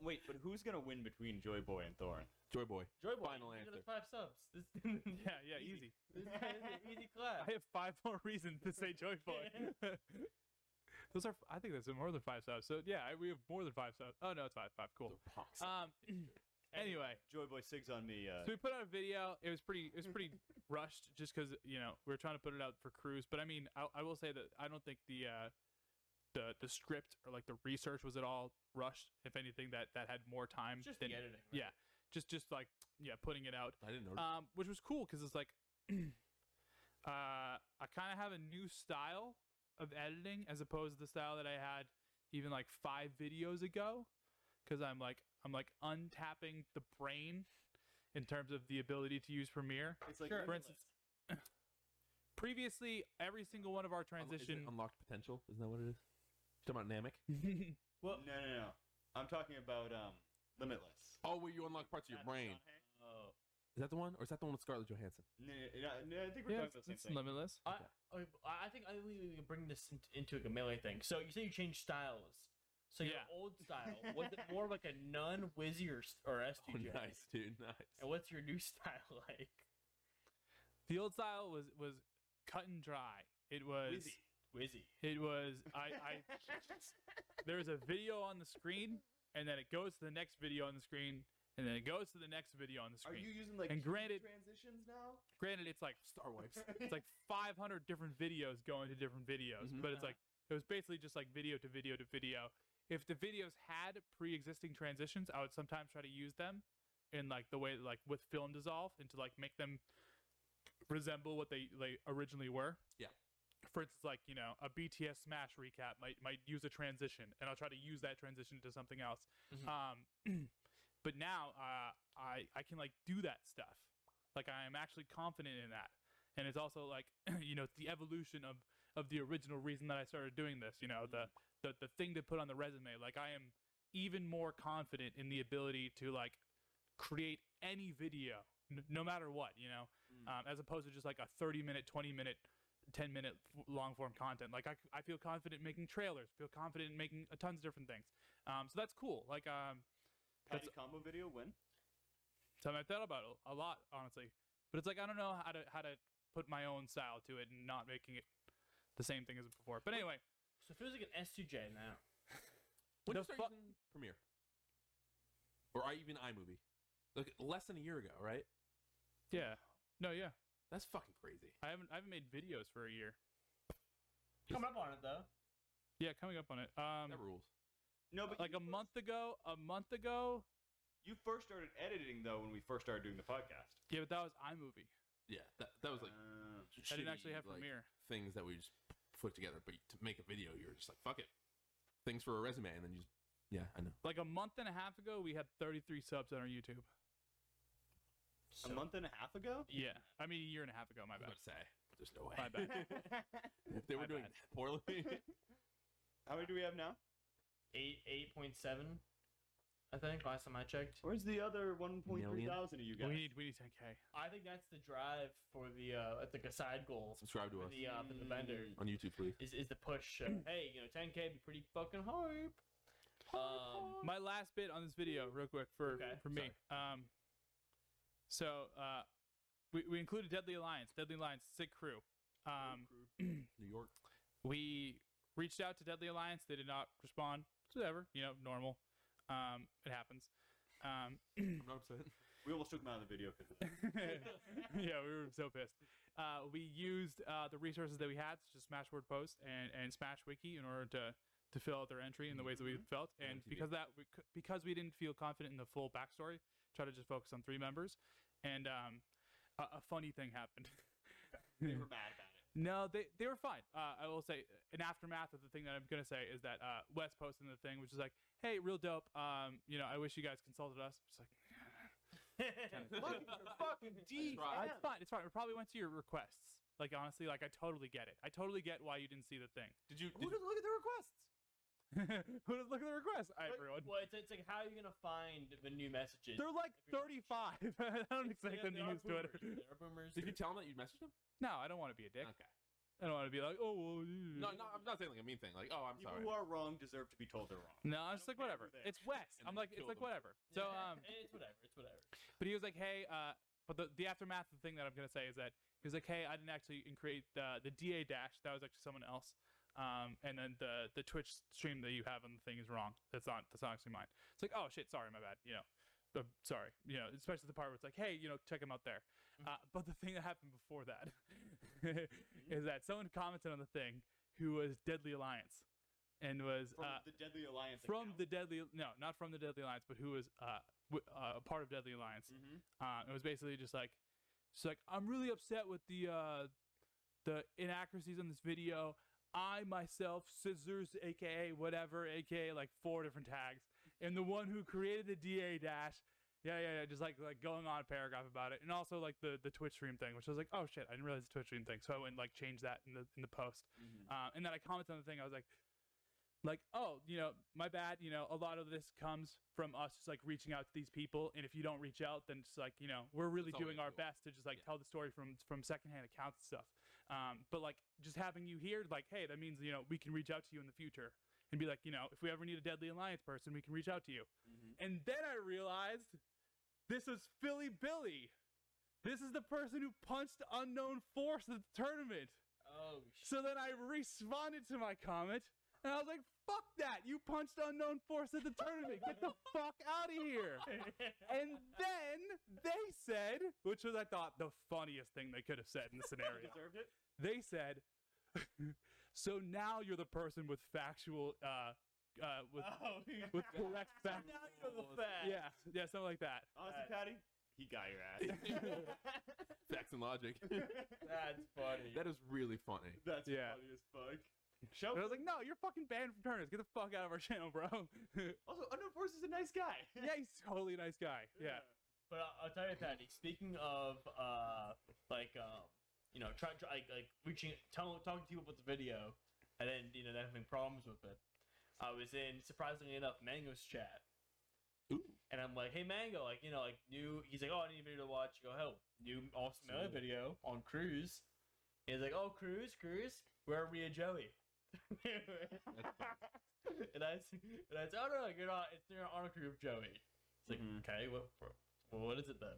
C: Wait, but who's gonna win between Joy Boy and Thorn?
A: Joy boy.
D: Joy boy,
A: Final
D: look at
A: answer.
D: the Five subs. This,
B: Yeah. Yeah. Easy.
D: this is an easy clap.
B: I have five more reasons to say Joy Boy. Those are, I think that's more than five subs. So yeah, I- we have more than five subs. Oh no, it's five, five. Cool.
A: The punks.
B: Um, anyway,
C: Joy Boy sigs on me.
B: so we
C: Uh,
B: put out a video. It was pretty, it was pretty rushed, just because you know we were trying to put it out for cruise. But I mean, I, I will say that I don't think the uh, the the script or like the research was at all rushed. If anything, that that had more time
D: It's just
B: than
D: the editing.
B: yeah. just just like yeah, putting it out
A: I didn't know.
B: um, which was cool because it's like uh, I kind of have a new style of editing as opposed to the style that I had even like five videos ago because I'm like I'm like untapping the brain in terms of the ability to use Premiere.
C: it's like
D: Sure.
B: For instance, previously every single one of our transition.
A: unlocked potential. Isn't that what it is? You talking about Namek?
C: well, no, no, no. I'm talking about um, Limitless.
A: Oh, where you unlock parts of your
C: That's
A: brain.
C: John Hank?
D: Oh.
A: Is that the one, or is that the one with Scarlett Johansson?
C: No, no, no, no, I think we're
B: yeah, it's,
C: talking about the same
B: it's
C: thing.
B: limitless.
D: I, okay, but I I think I think we can bring this in- into like a melee thing. So you say you changed styles. So your
B: Yeah.
D: old style was it more of like a nun, wizzy, or, s- or
A: Oh,
D: SDJ?
A: nice, dude. Nice.
D: And what's your new style like?
B: The old style was was cut and dry. It was
C: Wizzy.
D: Wizzy.
B: it was I, I there's a video on the screen and then it goes to the next video on the screen and then it goes to the next video on the
C: Are
B: screen.
C: you using like
B: And
C: key
B: granted-
C: transitions now?
B: Granted, it's like
A: Star wipes.
B: it's like 500 different videos going to different videos,
A: Mhm.
B: but it's like it was basically just like video to video to video. If the videos had pre-existing transitions, I would sometimes try to use them in like the way like with film dissolve and to like make them resemble what they they originally were.
A: Yeah.
B: For instance, like you know, a BTS Smash recap might might use a transition, and I'll try to use that transition to something else.
D: Mhm.
B: Um, But now uh, I I can like do that stuff. Like I am actually confident in that, and it's also like you know it's the evolution of of the original reason that I started doing this. You know the the the thing to put on the resume. Like I am even more confident in the ability to like create any video, n- no matter what. You know,
D: Mm.
B: um, as opposed to just like a thirty minute, twenty minute 10 minute f- long form content. Like I, c- I feel confident in making trailers, feel confident in making a tons of different things. Um, so that's cool. Like, um,
C: Patty
B: That's-
C: combo video when?
B: something I thought about a- a lot, honestly, but it's like, I don't know how to, how to put my own style to it and not making it the same thing as before. But anyway,
D: So it feels like an S2J now.
A: When
B: The
A: did you start
B: fu-
A: using Premiere? Or I even iMovie? Like less than a year ago, right?
B: yeah, no, yeah.
A: That's fucking crazy.
B: I haven't, I haven't made videos for a year.
D: Coming up on it though.
B: Yeah. Coming up on it. Um,
A: that rules.
C: No, but
B: like
C: you
B: a
C: first-
B: month ago, a month ago.
C: You first started editing though when we first started doing the podcast.
B: Yeah, but that was iMovie.
A: Yeah, that, that was like
C: Uh,
B: I didn't actually
A: shitty,
B: have
A: like,
B: Premiere.
A: things that we just put together. But to make a video, you're just like fuck it, things for a resume, and then you just yeah, I know.
B: Like a month and a half ago, we had 33 subs on our YouTube.
C: a month and a half ago.
B: Yeah, I mean a year and a half ago. My
A: I was about
B: bad.
A: to say there's no way.
B: My bad.
A: If they were
B: My
A: doing
B: bad.
A: that poorly.
C: How many do we have now?
D: Eight eight point seven, I think. Last time I checked.
C: Where's the other one point three
A: Million?
C: thousand of you guys?
B: We need we need 10k.
D: I think that's the drive for the uh, I think a side goal
A: Subscribe to
D: for
A: us
D: the uh, for the vendor
A: on YouTube, please.
D: is, is the push. Uh, hey, you know, 10k be pretty fucking hype. Um,
B: My last bit on this video, real quick, for
D: Okay,
B: for me. Um, so uh, we we included Deadly Alliance, Deadly Alliance, sick crew. Um,
A: New York.
B: we reached out to Deadly Alliance. They did not respond. Whatever, you know, normal. Um, it happens. Um,
A: I'm not upset.
C: We almost took them out of the video. 'cause of that.
B: yeah, we were so pissed. Uh, we used uh, the resources that we had, such as Smashword Post and, and Smash Wiki, in order to, to fill out their entry in the ways that we felt.
A: And
B: And
A: MTV.
B: because that we, cou- because we didn't feel confident in the full backstory, try to just focus on three members. And um, a, a funny thing happened.
C: they were mad about it.
B: No, they they were fine. Uh, I will say an aftermath of the thing that I'm gonna say is that uh, Wes posted the thing, which is like, "Hey, real dope. Um, you know, I wish you guys consulted us." It's like,
E: Look at your fucking deep.
A: tried.
B: it's fine. It's fine. It probably went to your requests. Like honestly, like I totally get it. I totally get why you didn't see the thing.
A: Did you? Did
E: Look
A: you
E: at look at the requests.
B: Who does look at the requests? Hi,
D: Like,
B: everyone.
D: Well, it's, it's like how are you gonna find the new messages?
B: They're like
D: if you're-
B: 35. I don't
D: They-
B: expect them
D: they
B: to
D: are
B: use Twitter.
D: boomers. They are boomers.
A: did you tell him that you messaged him?
B: No, I don't want to be a dick.
A: Okay.
B: I don't want to be like, oh, well, you-
A: No, no, I'm not saying like a mean thing. Like, oh, I'm
C: People
A: sorry.
C: who are wrong deserve to be told they're wrong.
B: No, I'm just
C: don't
B: like
C: care
B: whatever.
C: who they are.
B: It's Wes.
A: And
B: I'm
A: then
B: like,
A: kill
B: it's like
A: them.
B: whatever. So um,
D: it's whatever. It's whatever.
B: But he was like, hey, uh, but the, the aftermath of the thing that I'm going to say is that he was like, hey, I didn't actually create the, the DA dash. That was actually someone else. Um, and then the, the Twitch stream that you have on the thing is wrong. That's not, that's not actually mine. It's like, oh shit, sorry, my bad. You know, but sorry, you know, especially the part where it's like, hey, you know, check him out there.
C: Mm-hmm.
B: Uh, but the thing that happened before that is that someone commented on the thing who was Deadly Alliance and was,
C: From
B: uh,
C: the Deadly Alliance.
B: from the Deadly, no, not from the Deadly Alliance, but who was, uh, w- uh, a part of Deadly Alliance.
C: hmm
B: Um, it was basically just like, she's like, I'm really upset with the uh, the inaccuracies on this video. I myself, scissors, aka whatever, aka like four different tags, and the one who created the DA dash. Yeah, yeah, yeah. Just like like going on a paragraph about it, and also like the the Twitch stream thing, which I was like, oh shit, I didn't realize the Twitch stream thing, so I went and, like changed that in the in the post. Um, and then I commented on the thing. I was like, like, oh, you know, my bad. You know, a lot of this comes from us just like reaching out to these people, and if you don't reach out, then it's like, you know, we're really
A: That's all we
B: doing
A: can
B: our
A: do.
B: best to just like
A: Yeah.
B: tell the story from from secondhand accounts and stuff. Um, but like just having you here, like, hey, that means you know we can reach out to you in the future and be like, you know, if we ever need a Deadly Alliance person, we can reach out to you.
C: Mm-hmm.
B: And then I realized this was Philly Billy. This is the person who punched Unknown Force at the tournament.
D: Oh shit.
B: So then I responded to my comment, and I was like, "Fuck that! You punched unknown force at the tournament. Get the fuck out of here!"
C: Mm-hmm.
B: And then they said, which was I thought the funniest thing they could have said in the scenario.
C: Deserved it.
B: They said, "So now you're the person with factual, uh, uh, with
D: Oh, yeah.
B: with correct
D: Now
B: facts." Uh,
D: you know the facts.
B: Yeah, yeah, something like that.
C: Honestly,
D: Alright.
C: Patty, he got your ass.
A: Facts and logic.
D: That's funny.
A: that is really funny.
C: That's
B: Yeah.
C: funny as fuck. Show
B: And I was like, no, you're fucking banned from tournaments. Get the fuck out of our channel, bro.
C: also Underforce is a nice guy.
B: yeah, he's totally a nice guy. Yeah.
D: But I'll, I'll tell you, Patty. Speaking of, uh, like, um, you know, trying, try, like, like reaching, tell, talking to people about the video, and then you know, then having problems with it. I was in, surprisingly enough, Mango's chat,
A: Ooh.
D: and I'm like, "Hey, Mango, like, you know, like new." He's like, "Oh, I need a video to watch." You go, "Help, new awesome Elliott video on Cruise." He's like, "Oh, Cruise, Cruise, where are we and Joey?" and I, s- and I said, "Oh no, you're not. It's you're on a crew of Joey." It's like,
C: Mhm.
D: okay, what, well, what is it then?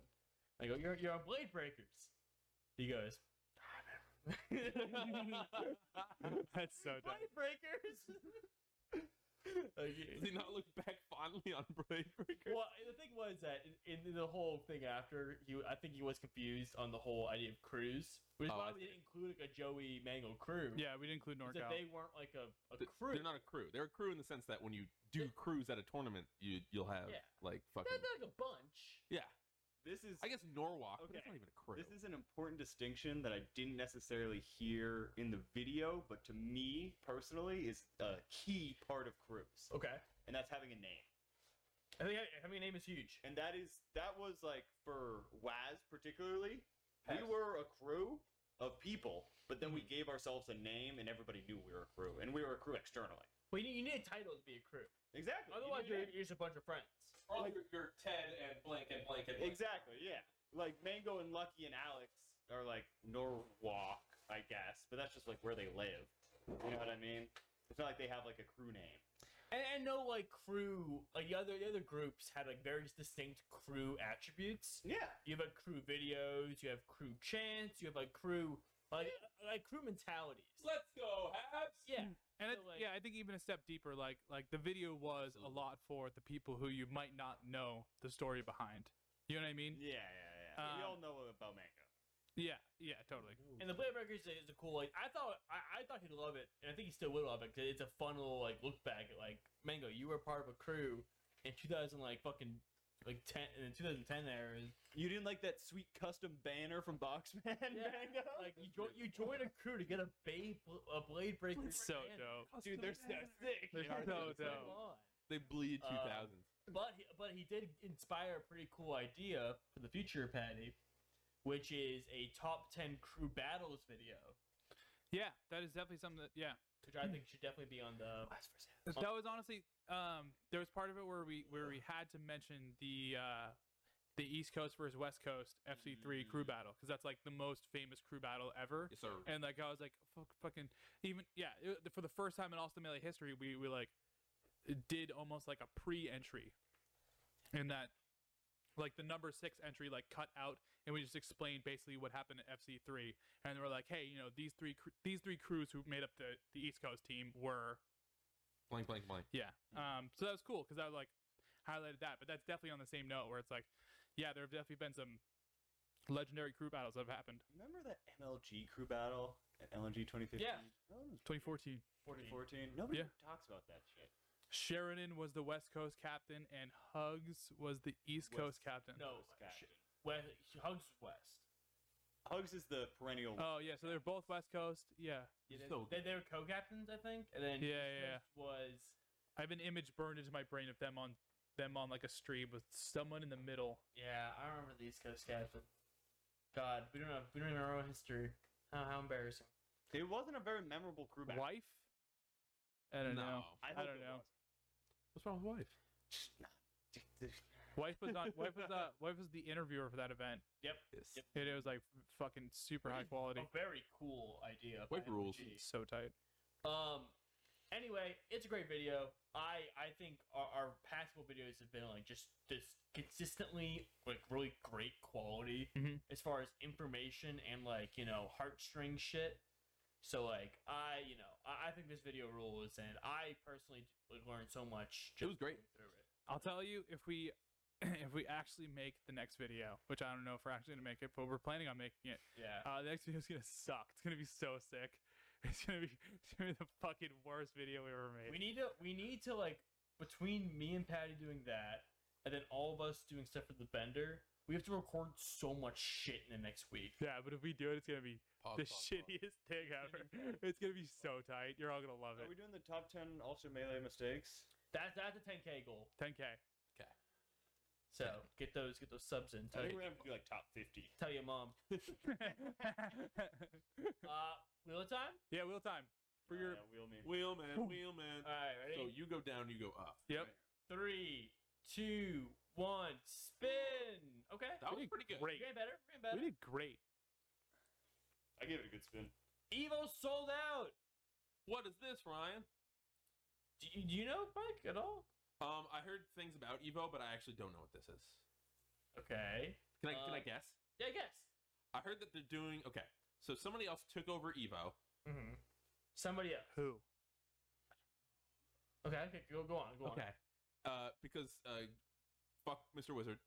D: I go, you're you're on Blade Breakers. He goes, I remember.
B: That's so dumb.
D: Blade Breakers. like,
A: Does he not look back fondly on Blade Breaker?
D: well, and the thing was that in, in the whole thing after, he I think he was confused on the whole idea of crews, which is
A: Oh, I
D: why we didn't include like a Joey Mango crew.
B: Yeah, we didn't include
D: because
B: NorCal.
D: they weren't like a, a
A: Th-
D: crew.
A: They're not a crew. They're a crew in the sense that when you do crews at a tournament, you you'll have
D: Yeah.
A: like fucking
D: They're like a bunch.
A: yeah.
C: This is
A: I guess Norwalk. but
C: Okay.
A: That's not even a crew.
C: This is an important distinction that I didn't necessarily hear in the video, but to me personally is a key part of Cruise,
D: Okay.
C: and that's having a name.
D: I think ha- having a name is huge.
C: And that is that was like for Waz particularly,
D: Yes.
C: we were a crew of people, but then we gave ourselves a name, and everybody knew we were a crew, and we were a crew externally.
D: Well, you, you need a title to be a crew.
C: Exactly. you need
D: Otherwise,
C: a
D: you're,
C: name.
D: you're just a bunch of friends.
A: Oh, you're, you're Ted and blank and blank and
C: exactly yeah. Like Mango and Lucky and Alex are like Norwalk, I guess, but that's just like where they live. You know what I mean? It's not like they have like a crew name.
D: And, and no, like crew. Like the other the other groups had like very distinct crew attributes.
C: Yeah.
D: You have like crew videos. You have crew chants. You have like crew like like crew mentalities.
A: Let's go, Habs.
D: Yeah.
B: And I
D: So,
B: th-
D: like-
B: yeah, I think even a step deeper, like like the video was a
A: Absolutely.
B: lot for the people who you might not know the story behind. You know what I mean?
C: Yeah, yeah, yeah. we
B: Um,
C: all know about Mango.
B: Yeah, yeah, totally.
D: And the Blade Breakers is a cool. Like I thought, I, I thought he'd love it, and I think he still would love it because it's a fun little like look back at like Mango. You were part of a crew in 2000 like fucking like 10 in 2010 there is
C: You didn't like that sweet custom banner from Boxman, Mango?
D: like you join you join a crew to get a babe a blade breaker.
B: It's so
D: man.
B: dope.
C: Dude, they're so sick.
B: They are
A: so
D: Come
B: dope.
D: on.
A: They bleed
D: Uh,
A: 2000.
D: But he, but he did inspire a pretty cool idea for the future, Patty, which is a top ten crew battles video,
B: Yeah, that is definitely something that yeah.
D: which I think should definitely be on the.
B: That was honestly um there was part of it where we where we had to mention the uh the East Coast versus West Coast FC3 crew battle because that's like the most famous crew battle ever.
A: Yes, sir.
B: And like I was like, fuck, fucking, even yeah. it- for the first time in Austin Melee history, we we like did almost like a pre-entry, and that like the number six entry like cut out, and we just explained basically what happened at FC three, and they were like, hey, you know these three cr- these three crews who made up the the East Coast team were
A: blank, blank, blank.
B: yeah. Um. So that was cool because I like highlighted that, but that's definitely on the same note where it's like, yeah, there have definitely been some legendary crew battles that have happened.
C: Remember that MLG crew battle at LNG 2015?
D: Yeah.
C: That was
B: 2014.
C: 2014. Nobody
B: Yeah.
C: ever talks about that shit.
B: Sheridan was the West Coast captain, and Hugs was the East
C: West-
B: Coast captain.
D: No,
C: Those guys.
D: shit. West, Hugs West.
C: Hugs is the perennial.
B: Oh yeah, so they're both West Coast. Yeah,
D: Yeah, they,
A: So
D: they, they were co-captains, I think, and then
B: Yeah,
D: East
B: yeah.
D: Coast was
B: I have an image burned into my brain of them on them on like a stream with someone in the middle.
D: yeah. I remember the East Coast captain. God, we don't know. We don't even know our own history. How, how embarrassing.
C: It wasn't a very memorable crew battle.
B: Wife? I don't
A: no.
B: know.
C: I,
B: I
C: hope
B: don't
C: it
B: know.
C: was.
A: What's wrong with wife?
B: Wife was on. wife was uh, Wife was the interviewer for that event.
A: Yes.
D: Yep.
B: And it was like fucking super high quality.
D: A very cool idea.
A: Wipe
D: by
A: rules.
D: MLG.
B: So tight.
D: Um. Anyway, it's a great video. I I think our, our past couple videos have been like just this consistently like really great quality
A: Mm-hmm.
B: Mhm.
D: as far as information and like you know heartstring shit. So like I you know I, I think this video rules and I personally like, learned so much.
A: It was great.
D: going Through it.
B: I'll tell you if we if we actually make the next video, which I don't know if we're actually gonna make it, but we're planning on making it.
D: Yeah.
B: Uh, the next video is gonna suck. It's gonna be so sick. It's gonna be, it's gonna be the fucking worst video we ever made.
D: We need to we need to like between me and Patty doing that and then all of us doing stuff for the Bender, we have to record so much shit in the next week.
B: Yeah, but if we do it, it's gonna be
A: Pog, pog,
B: the
A: pog.
B: shittiest thing ever. It's gonna be so tight. You're all gonna love
C: Are
B: it.
C: we doing the top ten ultra melee mistakes?
D: That's that's a 10k goal.
B: 10k.
D: So get those get those subs in.
C: I
D: Tell
C: think
D: you,
C: we're gonna have to do like top fifty.
D: tell your mom. Uh, wheel of time.
B: yeah, wheel time for your
C: Uh, wheel me.
A: Wheel man, wheel man.
D: All right, ready.
A: Uh, So you go down, you go up.
B: Yep.
D: Three, two, one, spin. Okay.
A: That was
B: We did
A: pretty good.
D: We're
B: Great.
D: getting better. We're getting better.
B: We did great.
C: I gave it a good spin.
D: Evo sold out.
A: What is this, Ryan?
D: Do you, do you know Mike at all?
A: Um, I heard things about Evo, but I actually don't know what this is.
D: Okay.
A: Can I can I
D: Uh,
A: guess?
D: Yeah, I guess.
A: I heard that they're doing okay. So somebody else took over Evo.
D: Mm-hmm. Somebody else.
B: Who?
D: Okay, okay, go go on, go on.
A: Okay. Uh, because uh, fuck Mr. Wizard.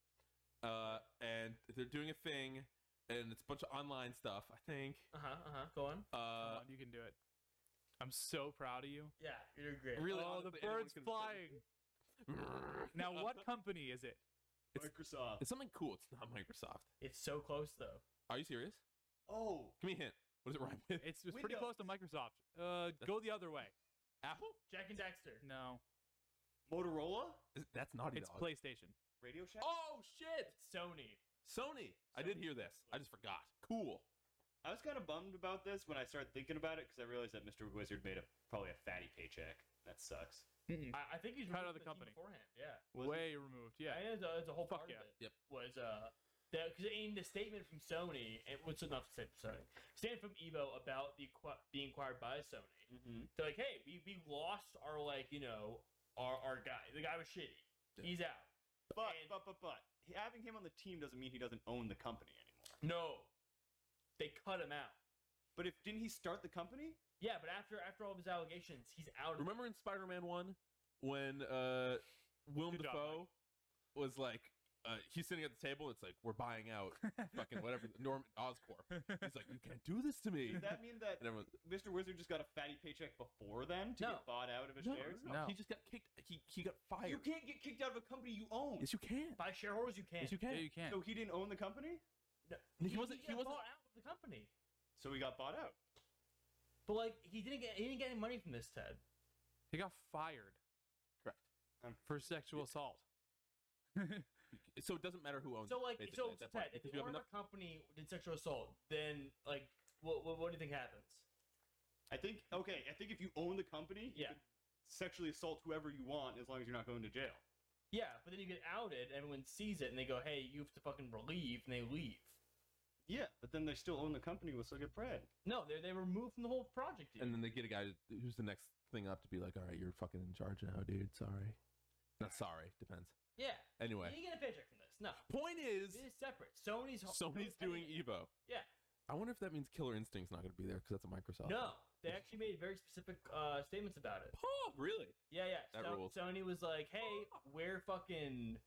A: Uh, and they're doing a thing, and it's a bunch of online stuff. I think.
D: Uh huh. Uh huh. Go on.
B: Come
A: Uh,
B: on, you can do it. I'm so proud of you.
D: Yeah, you're great.
A: Really,
B: oh,
A: honestly,
B: the
A: anyone
B: bird's
A: can say-
B: flying. Now, what company is it?
A: It's-
C: Microsoft.
A: It's something cool. It's not Microsoft.
D: It's so close though.
A: Are you serious?
C: Oh,
A: Give me a hint. What does it rhyme with?
B: It's, it's pretty close
C: Windows.
B: to Microsoft. Uh, go the other way.
A: Apple?
D: Jack and Dexter.
B: No,
C: Motorola.
A: Is- That's Naughty
B: it's
A: Dog.
B: PlayStation.
C: Radio Shack.
A: oh shit!
D: Sony.
A: Sony. I did hear this. I just forgot. Cool.
C: I was kind of bummed about this when I started thinking about it because I realized that Mr. Wizard made a probably a fatty paycheck. That sucks.
D: I, I think he's
B: Proud of
D: removed
B: the
D: from team
B: company.
D: beforehand. Yeah.
C: Was it?
B: Way removed. Yeah.
D: I know it's a, it's a whole
B: Fuck
D: part
B: yeah.
D: of it.
A: Yep.
D: Was uh that because in the statement from Sony, it was enough said Sony. Statement from Evo about the acqui- being acquired by Sony.
C: Mm-hmm.
D: They're like, hey, we, we lost our like you know our our guy. The guy was shitty.
A: Yeah.
D: He's out.
C: But
D: And-
C: but but but having him on the team doesn't mean he doesn't own the company anymore.
D: No, they cut him out.
C: But if didn't he start the company?
D: Yeah, but after after all of his allegations, he's out. of
A: Remember in Spider Man 1 when uh, Willem
B: Good job,
A: Dafoe was like, uh, he's sitting at the table, it's like, we're buying out fucking whatever, Norman Oscorp. He's like, you can't do this to me.
C: Does that mean that
A: and everyone,
C: Mr. Wizard just got a fatty paycheck before then to
D: No.
C: get bought out of his
A: no,
C: shares?
A: no,
B: No.
A: he just got kicked. He, he got fired.
C: You can't get kicked out of a company you own.
A: Yes, you can.
D: By shareholders, you can't.
A: Yes, you can.
B: yeah, you can.
C: So he didn't own the company,
A: he wasn't. He
D: got
A: wasn't.
D: bought out of the company.
C: so he got bought out.
D: But like, he didn't get he didn't get any money from this, Ted.
B: He got fired.
A: Correct.
C: Um,
B: for sexual assault.
A: So it doesn't matter who owns.
D: So like,
A: it, basically,
D: so
A: at
D: so
A: that point,
D: Ted, if
A: because
D: the
A: you have
D: owner
A: enough.
D: of a company did sexual assault, then like, what what, what do you think happens?
C: I think okay. I think if you own the company, you
D: Yeah.
C: can sexually assault whoever you want as long as you're not going to jail.
D: Yeah, but then you get outed, everyone sees it, and they go, "Hey, you have to fucking leave," and they leave.
C: Yeah, but then they still own the company. We'll still get bread.
D: No, they they removed from the whole project. Dude.
A: And then they get a guy who's the next thing up to be like, all right, you're fucking in charge now, dude. Sorry. Not sorry. Depends.
D: yeah,
A: Anyway.
D: you didn't get a paycheck from this. No,
A: Point is,
D: this is separate. Sony's
A: Sony's doing Evo.
D: Yeah.
A: I wonder if that means Killer Instinct's not going to be there because that's a Microsoft.
D: No, they actually made very specific uh, statements about it.
A: Oh, really?
D: Yeah, yeah.
A: That
D: So-
A: rules.
D: Sony was like, "Hey, we're fucking,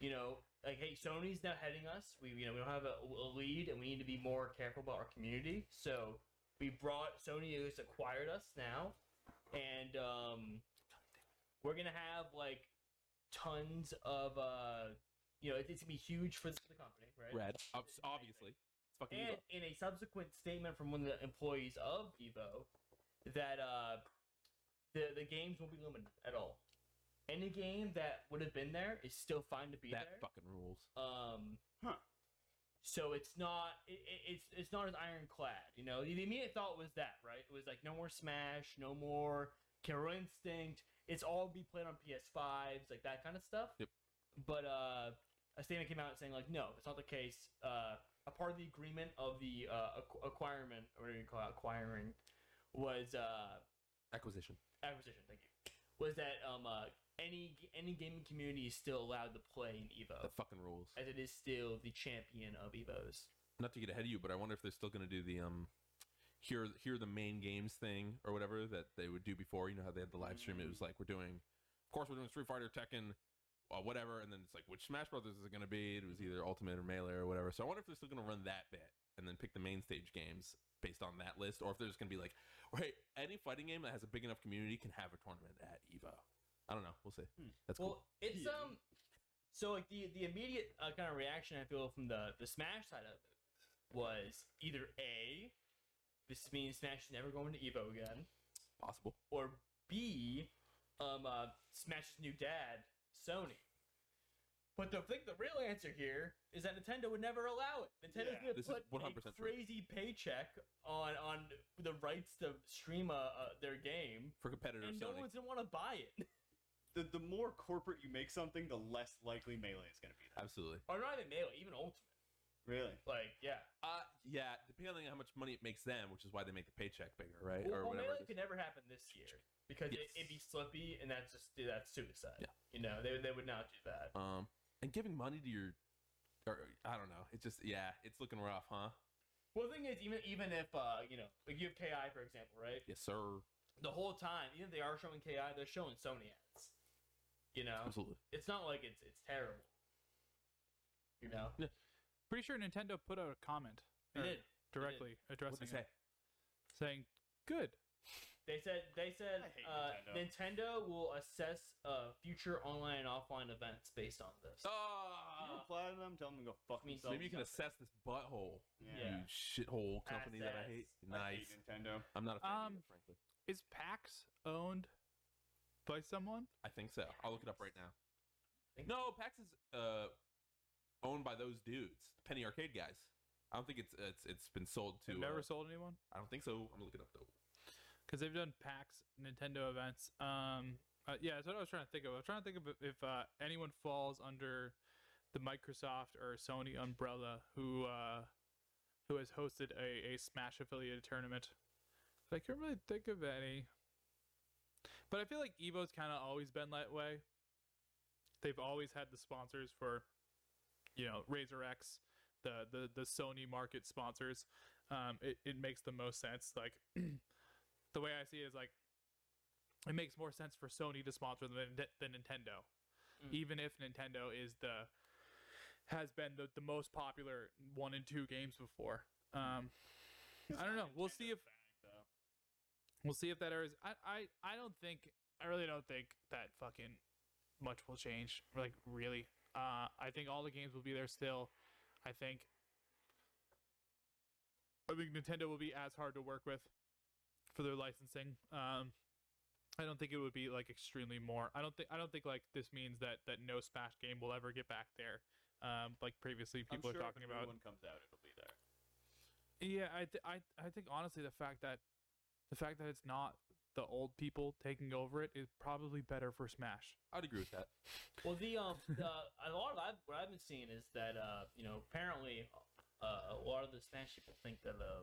D: you know, like, hey, Sony's now heading us. We, you know, we don't have a, a lead, and we need to be more careful about our community. So we brought Sony has acquired us now, and um, we're gonna have like tons of uh, you know, it's, it's gonna be huge for the company, right?
A: Red. Ob- obviously. It's fucking
D: And
A: Evo.
D: in a subsequent statement from one of the employees of Evo, that uh, the the games won't be limited at all. Any game that would have been there is still fine to be
A: That
D: there.
A: fucking rules.
D: um,
C: Huh.
D: So it's not it, it- it's it's not as ironclad. You know, the immediate thought was that right. It was like no more Smash, no more Killer Instinct. It's all be played on PS5s, like that kind of stuff.
A: Yep.
D: But uh, a statement came out saying like, no, it's not the case. Uh, a part of the agreement of the uh, acqu- acquirement, or whatever you call it, acquiring, was uh,
A: Acquisition.
D: acquisition. Thank you. Was that um uh, any any gaming community is still allowed to play in Evo,
A: That fucking rules.
D: as it is still the champion of Evos.
A: Not to get ahead of you, but I wonder if they're still going to do the um, here here are the main games thing or whatever that they would do before. You know how they had the live stream. It
D: Mm.
A: was like we're doing, of course, we're doing Street Fighter, Tekken, uh, whatever, and then it's like which Smash Brothers is it going to be? It was either Ultimate or Melee or whatever. So I wonder if they're still going to run that bit and then pick the main stage games based on that list, or if they're just going to be like, right, any fighting game that has a big E enough community can have a tournament at Evo. I don't know. We'll see.
C: Hmm.
A: That's cool.
D: Well, it's
C: Yeah.
D: um So like the the immediate uh, kind of reaction I feel from the the Smash side of it was either a this means Smash is never going to Evo again,
A: Possible.
D: or B, um, uh, Smash's new dad Sony. But the, I think the real answer here is that Nintendo would never allow it. Nintendo's
C: Yeah,
D: gonna
A: this is
D: put
A: 100%
D: a
A: true.
D: crazy paycheck on on the rights to stream uh, uh, their game,
A: For competitor
D: and no
A: Sony.
D: one's gonna want to buy it.
C: The, the more corporate you make something, the less likely melee is going to be. That.
A: Absolutely.
D: or not even Melee, even Ultimate.
C: Really?
D: Like, yeah.
A: Uh, yeah, depending on how much money it makes them, which is why they make the paycheck bigger, right?
D: Well,
A: or
D: well,
A: whatever.
D: Melee
A: it is.
D: could never happen this year because
A: Yes.
D: it, it'd be slippy, and that's just dude, that's suicide.
A: Yeah.
D: You know, they they would not do that.
A: Um, and giving money to your, or I don't know. It's just yeah, it's looking rough, huh?
D: Well, the thing is, even even if uh, you know, like you have Ki, for example, right?
A: Yes, sir.
D: The whole time, even if they are showing Ki, they're showing Sony ads. You know,
A: Absolutely.
D: it's not like it's it's terrible. You know,
B: Pretty sure Nintendo put out a comment
D: they
B: or
D: did.
B: directly
A: What
B: addressing
A: they say?
B: it, saying, "Good."
D: They said they said
C: I hate
D: uh, Nintendo. will assess uh, future online and offline events based on this.
C: Can you
A: Oh,
C: reply to them? Tell them to go fuck
D: Uh, I mean,
C: themselves.
A: maybe you can assess this butthole,
D: Yeah.
A: you shithole company that I hate.
C: I hate
A: Nice.
C: Nintendo.
A: I'm not a fan, of
B: Um,
A: either, frankly.
B: Is PAX owned by someone?
A: I think so. I'll look it up right now.
D: Think-
A: No, PAX is uh owned by those dudes, the Penny Arcade guys. I don't think it's it's it's been sold to.
B: They've never
A: uh,
B: sold anyone
A: I don't think so. I'm looking up though.
B: because they've done PAX Nintendo events. Um, uh, yeah, that's what I was trying to think of. I was trying to think of if uh, anyone falls under the Microsoft or Sony umbrella who uh, who has hosted a, a Smash affiliated tournament. But I can't really think of any. But I feel like Evo's kind of always been that way. They've always had the sponsors for, you know, Razor X, the the, the Sony market sponsors. Um, it, it makes the most sense. Like the way I see it is like it makes more sense for Sony to sponsor than than Nintendo,
D: Mm.
B: even if Nintendo is the has been the, the most popular one and two games before. Um, I don't know. We'll see if We'll see if that errors. I, I, I don't think. I really don't think that fucking much will change. Like really, uh, I think all the games will be there still. I think. I think Nintendo will be as hard to work with for their licensing. Um, I don't think it would be like extremely more. I don't think. I don't think like this means that that no Smash game will ever get back there. Um, like previously, people are talking about.
C: When comes out, it'll be there.
B: Yeah, I, th- I I think honestly the fact that the fact that it's not the old people taking over it is probably better for Smash.
A: I'd agree with that.
D: Well, the um, the, a lot of I've, what I've been seeing is that uh, you know, apparently, uh, a lot of the Smash people think that uh,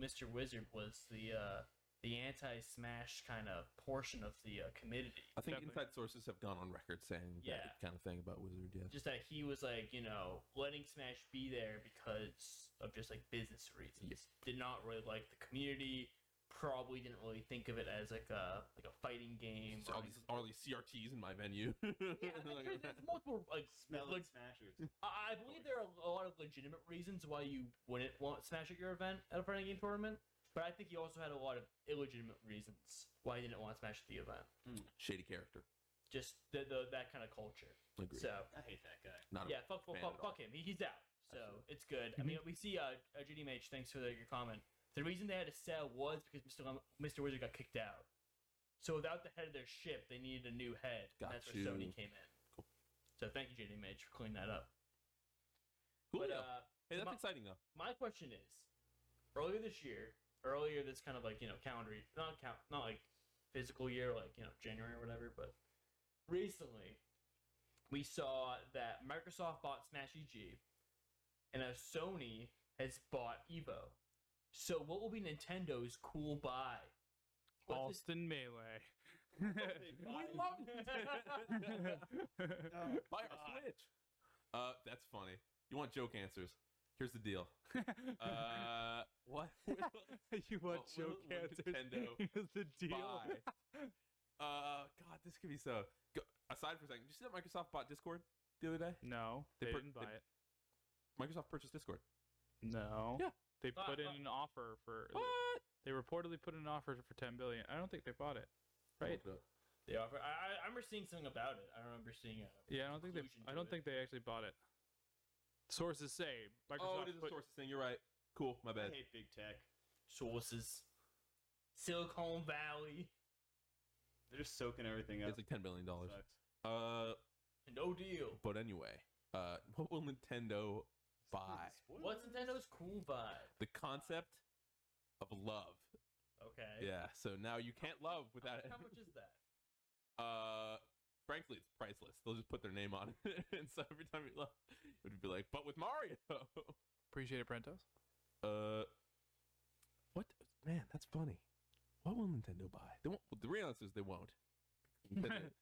D: Mr. Wizard was the uh, the anti-Smash kind of portion of the uh, community.
A: I think
B: Definitely.
A: inside sources have gone on record saying
D: Yeah.
A: that kind of thing about Wizard. Yeah.
D: Just that he was like, you know, letting Smash be there because of just like business reasons. Did not really like the community. Probably didn't really think of it as like a like a fighting game.
A: So
D: or
A: all these all these CRTs in my venue.
D: yeah, like, there's, there's multiple like
C: Smell
D: like
C: it, smashers.
D: I I believe there are a lot of legitimate reasons why you wouldn't want Smash at your event at a fighting game tournament, but I think he also had a lot of illegitimate reasons why he didn't want Smash at the event.
A: Shady character.
D: Just the, the that kind of culture.
A: Agree.
D: So
C: I hate that guy.
A: Not a-
D: yeah, fuck, fuck,
A: fan
D: fuck,
A: at all.
D: fuck him. He, he's out. So
A: Absolutely.
D: it's good. I mean, we see uh, uh GDMH. Thanks for the, your comment. The reason they had to sell was because Mr. Lum- Mr. Wizard got kicked out. So without the head of their ship, they needed a new head. and
A: Got
D: That's
A: you.
D: where Sony came in.
A: Cool.
D: So thank you, JDMH, for cleaning that up.
A: Cool,
D: But,
A: yeah.
D: uh,
A: hey,
D: so
A: that's
D: my-
A: exciting though.
D: my question is earlier this year earlier this kind of like you know calendar not count not like physical year like you know january or whatever but recently we saw that microsoft bought smash eg and a sony has bought evo so what will be nintendo's cool buy What does-
B: Alston Melee.
C: We
D: love
C: Oh,
A: Buy our Switch. Uh, that's funny. You want joke answers? Here's the deal. Uh, what?
B: you want
A: what will-
B: joke
A: will
B: answers?
A: Nintendo
B: Here's the deal.
A: Buy. Uh, God, this could be so. Go, aside for a second, did you see that Microsoft bought Discord the other day?
B: No,
A: They
B: they,
A: put-
B: didn't
A: they-
B: buy it.
A: Microsoft purchased Discord.
B: No.
A: Yeah.
B: They
D: Ah,
B: put in
D: ah.
B: an offer for.
A: What?
B: They reportedly put in an offer for ten billion. I don't think they bought it. Right.
A: Look it up.
D: They offer. I, I I remember seeing something about it. I remember seeing uh, it.
B: Yeah, I don't think they.
D: Conclusion
B: I
D: to
B: don't
D: it.
B: think they actually bought it. Sources say
A: Oh,
B: Microsoft
A: it is a
B: put-
A: sources thing. You're right. Cool. My
C: I
A: bad.
C: hate big tech.
D: Sources. Silicon Valley.
C: They're just soaking everything up.
A: It's like ten billion dollars.
C: Sucks.
A: Uh,
D: No deal.
A: but anyway, uh, what will Nintendo buy?
C: Spoilers.
D: What's Nintendo's cool vibe?
A: The concept of love.
D: Okay.
A: Yeah. So now you can't love without it.
D: How much is that?
A: Uh, frankly, it's priceless. They'll just put their name on it, and so every time you love, it would be like, but with Mario.
B: Appreciate it, Brentos.
A: Uh, what? Man, that's funny. What will Nintendo buy? They won't. The real answer is they won't. Nintendo-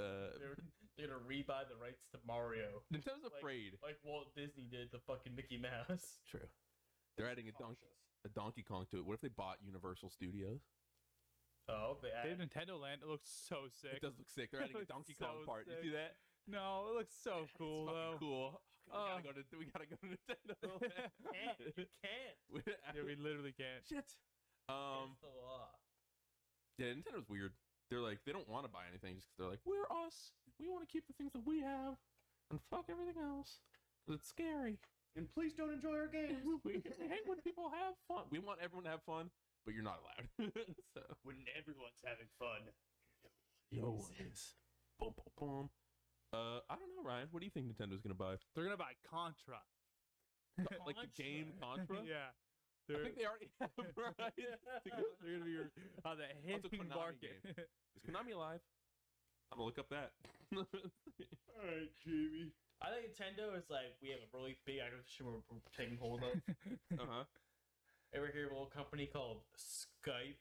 A: uh,
D: They're, they're gonna rebuy the rights to Mario,
A: Nintendo's
D: like-
A: afraid.
D: like Walt Disney did the fucking Mickey Mouse.
A: True. They're adding
D: oh,
A: a Donkey a Donkey Kong to it. What if they bought Universal Studios?
D: Oh, they
B: They have
D: added.
B: Nintendo Land. It looks so sick.
A: Uh, It does look sick. They're adding a
B: Looks
A: Donkey
B: so
A: Kong part.
B: sick.
A: You see that?
B: No, it looks so
A: It's
B: cool
A: fucking
B: though.
A: Cool. Oh,
B: Uh.
A: God, we gotta go. We gotta go to
D: Can't.
A: Nintendo.
D: You can't.
A: We-
B: Yeah, we literally can't.
A: Shit. Um.
D: It's the law.
A: Yeah, Nintendo's weird. They're like they don't want to buy anything just 'cause they're like we're us. We want to keep the things that we have and fuck everything else. 'Cause It's scary.
C: And please don't enjoy our games.
A: we hate when people have fun. We want everyone to have fun, but you're not allowed. so
C: when everyone's having fun.
A: no one is. Boom, boom, boom. Uh, I don't know, Ryan. What do you think Nintendo's gonna buy?
B: They're gonna buy Contra.
A: Like the game Contra? I
B: yeah. They're,
A: think they already have. Right?
B: they're gonna be your- on the
A: Also
B: hitting
A: Konami
B: market.
A: Is Konami alive? Uh-huh. I'm gonna look up that.
C: All right, Jamie.
D: I think Nintendo is like we have a really big acquisition we're, we're taking hold of.
A: uh huh.
D: Ever hear of a little company called Skype?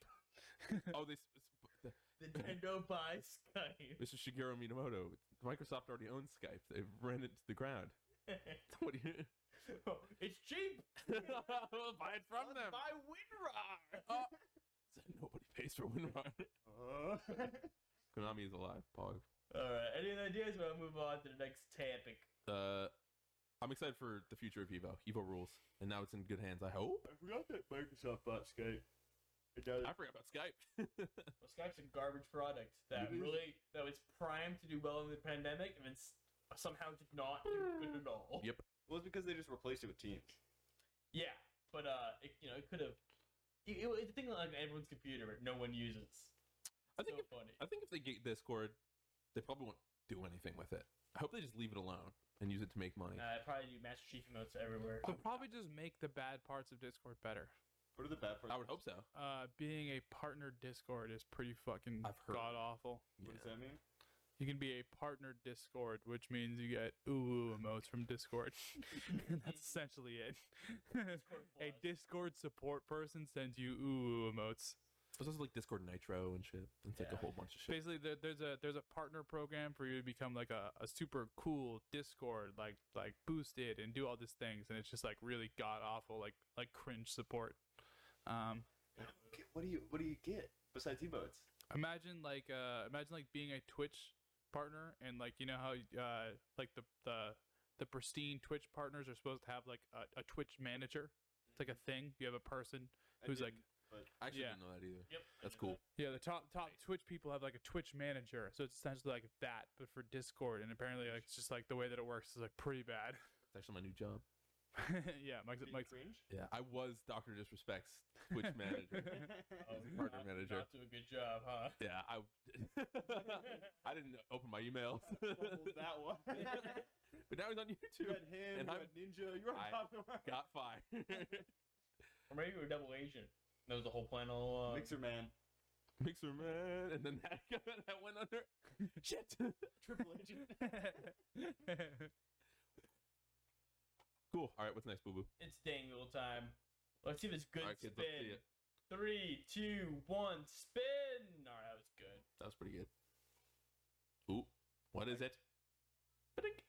A: Oh, they. s- s-
D: Nintendo buys Skype.
A: Mr. Shigeru Minamoto. Microsoft already owns Skype. They've ran it to the ground. What do you
D: it's cheap.
A: buy it from them?
D: Buy WinRAR.
A: Oh. So nobody pays for WinRAR.
C: Uh,
A: Konami is alive. Pog.
D: All right. Any other ideas? We'll move on to the next topic.
A: Uh, I'm excited for the future of Evo. Evo rules, and now it's in good hands. I hope.
C: I forgot that Microsoft bought Skype. It does.
A: I forgot about Skype.
D: Well, Skype's a garbage product that
C: It is.
D: really that was primed to do well in the pandemic and it's somehow did not do good at all.
A: Yep.
C: Well, it's because they just replaced it with Teams.
D: Yeah, but uh, it, you know, it could have. It, it- it's a thing like everyone's computer, but no one uses.
A: I think
D: so
A: if,
D: funny.
A: I think if they get Discord, they probably won't do anything with it. I hope they just leave it alone and use it to make money.
D: Uh, I probably do Master Chief emotes everywhere.
B: They'll probably just make the bad parts of Discord better.
C: What are the bad parts?
A: I would hope so.
B: Uh, being a partner Discord is pretty fucking
A: I've heard.
B: god awful.
C: What does that mean?
B: You can be a partner Discord, which means you get ooh ooh emotes from Discord. That's essentially it. a
D: flaws.
B: Discord support person sends you ooh ooh emotes.
A: There's also like Discord Nitro and shit. It's like a
D: Yeah.
A: whole bunch of shit.
B: Basically, there, there's a there's a partner program for you to become like a, a super cool Discord, like like boosted and do all these things, and it's just like really god awful, like like cringe support. Um,
C: Okay, What do you What do you get besides emotes?
B: imagine like uh imagine like being a twitch partner and like you know how uh like the the the pristine twitch partners are supposed to have like a, a twitch manager it's like a thing you have a person
C: I
B: Who's
C: didn't-
A: I actually
B: yeah.
A: didn't know that either.
D: Yep, I
A: That's
D: knew
A: cool.
B: yeah the top top twitch people have like a twitch manager so it's essentially like that but for discord and apparently like it's just like the way that it works is like pretty bad
A: It's actually my new job.
B: yeah mike's,
C: being
B: mike's
C: cringe?
A: Yeah, I was Doctor Disrespect's Twitch manager.
D: that. Oh,
A: He's a partner
D: not-
A: manager.
D: Not do a good job, huh?
A: yeah, I. I didn't open my emails,
C: Doubled
A: but
C: that one. you
A: now he's on YouTube.
C: had him.
A: And
C: you
A: I'm-
C: had Ninja. You
A: I-
C: had Pop-
A: Got fired.
D: Or maybe we're double agent. That was the whole plan all along.
C: Mixer Man.
A: Mixer man, and then that that went under. Shit.
C: Triple Agent.
A: Cool. All right, what's next, Boo Boo?
D: It's dangle time. Let's see this good
A: All right, kids,
D: spin.
A: let's see it.
D: Three, two, one, spin. All right, that was good.
A: That was pretty good. Ooh, what is it? Ba-dink.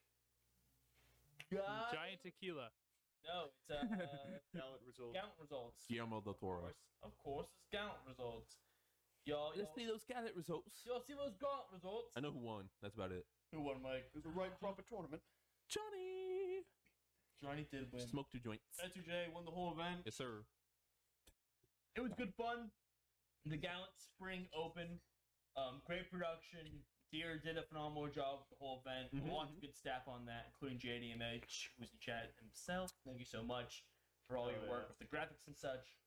D: God.
B: giant tequila
D: No, it's uh,
C: Ballot result.
D: count results.
A: Guillermo del
D: Of
A: Toro.
D: course, of course, it's count results. Y'all, y'all,
A: Let's see those Gallet results.
D: y'all see those count results?
A: I know who won. That's about it.
D: Who won, Mike?
C: It was a right proper tournament.
A: Johnny.
D: Johnny did win.
A: Smoke two joints.
D: S2J won the whole event.
A: Yes, sir.
D: It was good fun. The Gallant Spring Open Um, great production. Deer did a phenomenal job with the whole event.
C: Mhm,
D: Lots of good staff on that, including JDMH, who was in chat himself. Thank you so much for all
C: Oh,
D: your
C: yeah.
D: work with the graphics and such.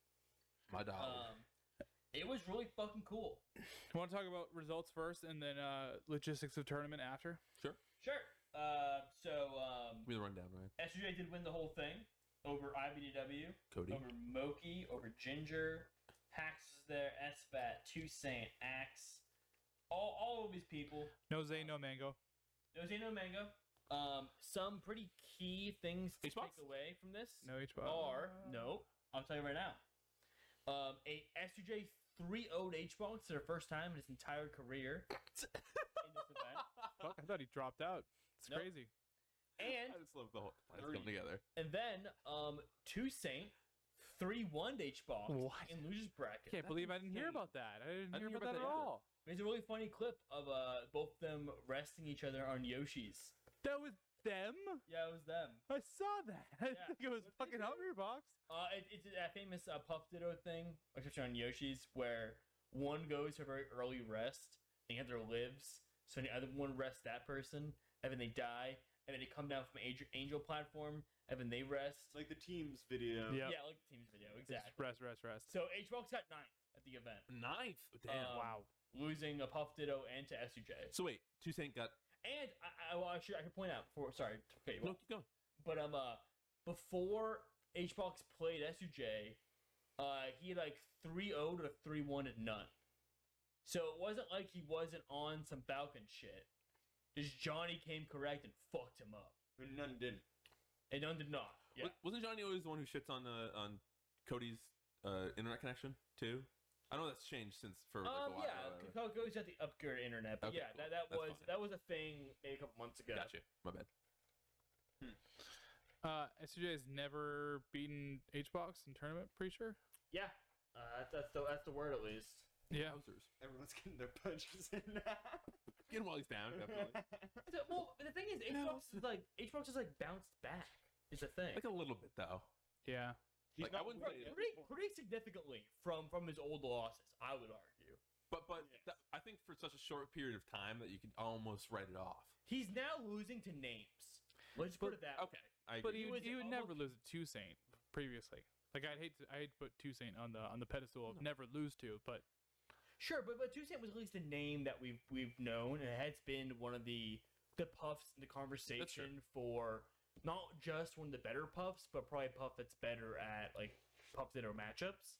A: My dog.
D: Um, it was really fucking cool.
B: want to talk about results first, and then uh, logistics of tournament after?
D: Sure. Uh, so um,
A: Give me the rundown, Ryan.
D: SJ did win the whole thing over IBDW,
A: Cody.
D: over Moki, over Ginger. Pax was there, SBAT, Toussaint, Axe, all, all of these people.
B: No Zay, no Mango.
D: There was no Mango. Um, some pretty key things to
A: H box?
D: take away from this
B: No H box.
D: are no. I'll tell you right now. Um, a SUJ 3 0'd HBox their first time in his entire career in this event.
B: Fuck, I thought he dropped out. It's
D: Nope.
B: crazy.
D: And
A: I just love the whole plans
C: Three.
A: come together.
D: and then um Toussaint 3 1'd HBox
B: What?
D: in loser's bracket.
B: Can't believe I didn't hear
A: insane.
B: about that. I didn't,
A: I
B: hear, about, that at
A: either.
B: all.
D: There's a really funny clip of uh both of them resting each other on Yoshi's.
B: That was them.
D: Yeah, it was them.
B: I saw that. I
D: Yeah.
B: think it was
D: What
B: fucking
D: they
B: Hungry Box.
D: Uh, it, it's that famous uh, Puff Ditto thing, especially on Yoshi's, where one goes for very early rest, and the other lives. So the other one rests that person, and then they die, and then they come down from angel, angel platform, and then they rest.
C: It's like the team's video.
B: Yeah.
D: Yeah, like the team's video,
B: Just
D: exactly.
B: Rest, rest, rest.
D: So HBox got ninth at the event,
A: Ninth.
B: Uh,
D: Um, losing a Puff Ditto and to SUJ.
A: so wait, Toussaint got.
D: And I, I, well, I should I should point out before sorry, okay,
A: No, keep going.
D: But um, uh, before HBox played SUJ, uh, he had like 3 0 to 3 1 at none. So it wasn't like he wasn't on some Falcon shit. Just Johnny came correct and fucked him up.
C: And none didn't.
D: And none did not. Yeah.
A: Wa- Wasn't Johnny always the one who shits on uh, on Cody's uh, internet connection too? I know that's changed since for like
D: Um,
A: a while.
D: yeah,
A: Uh,
D: Koko's got the upgrade internet, but
A: Okay,
D: yeah,
A: cool.
D: that, that
A: That's
D: was
A: fine.
D: that was a thing maybe a couple months ago.
A: Gotcha. My bad.
B: Uh, SJ has never beaten H box in tournament. Pretty sure.
D: Yeah, uh, that's the that's the word at least.
B: Yeah.
A: Wowzers.
C: Everyone's getting their punches in now.
A: Get him while he's down, definitely.
D: So, well, the thing is, HBox is like HBox is like bounced back. Is a thing.
A: like a little bit though.
B: Yeah.
C: He's
A: Like, I
C: not
A: wouldn't
C: winning
A: say-
C: yet.
D: pretty, pretty significantly from from his old losses, I would argue.
A: But but
C: Yeah.
A: that, I think for such a short period of time that you could almost write it off.
D: He's now losing to names. Let's put it that. way.
A: Okay, I
B: But
A: agree.
B: he
D: he
B: would
D: was
B: he would never
D: almost-
B: lose to Toussaint previously. Like I'd hate to I'd put Toussaint on the on the pedestal of never lose to, but
D: Sure, but but Toussaint was at least a name that we've we've known and has been one of the the puffs in the conversation for not just one of the better puffs, but probably a puff that's better at like puff that are matchups.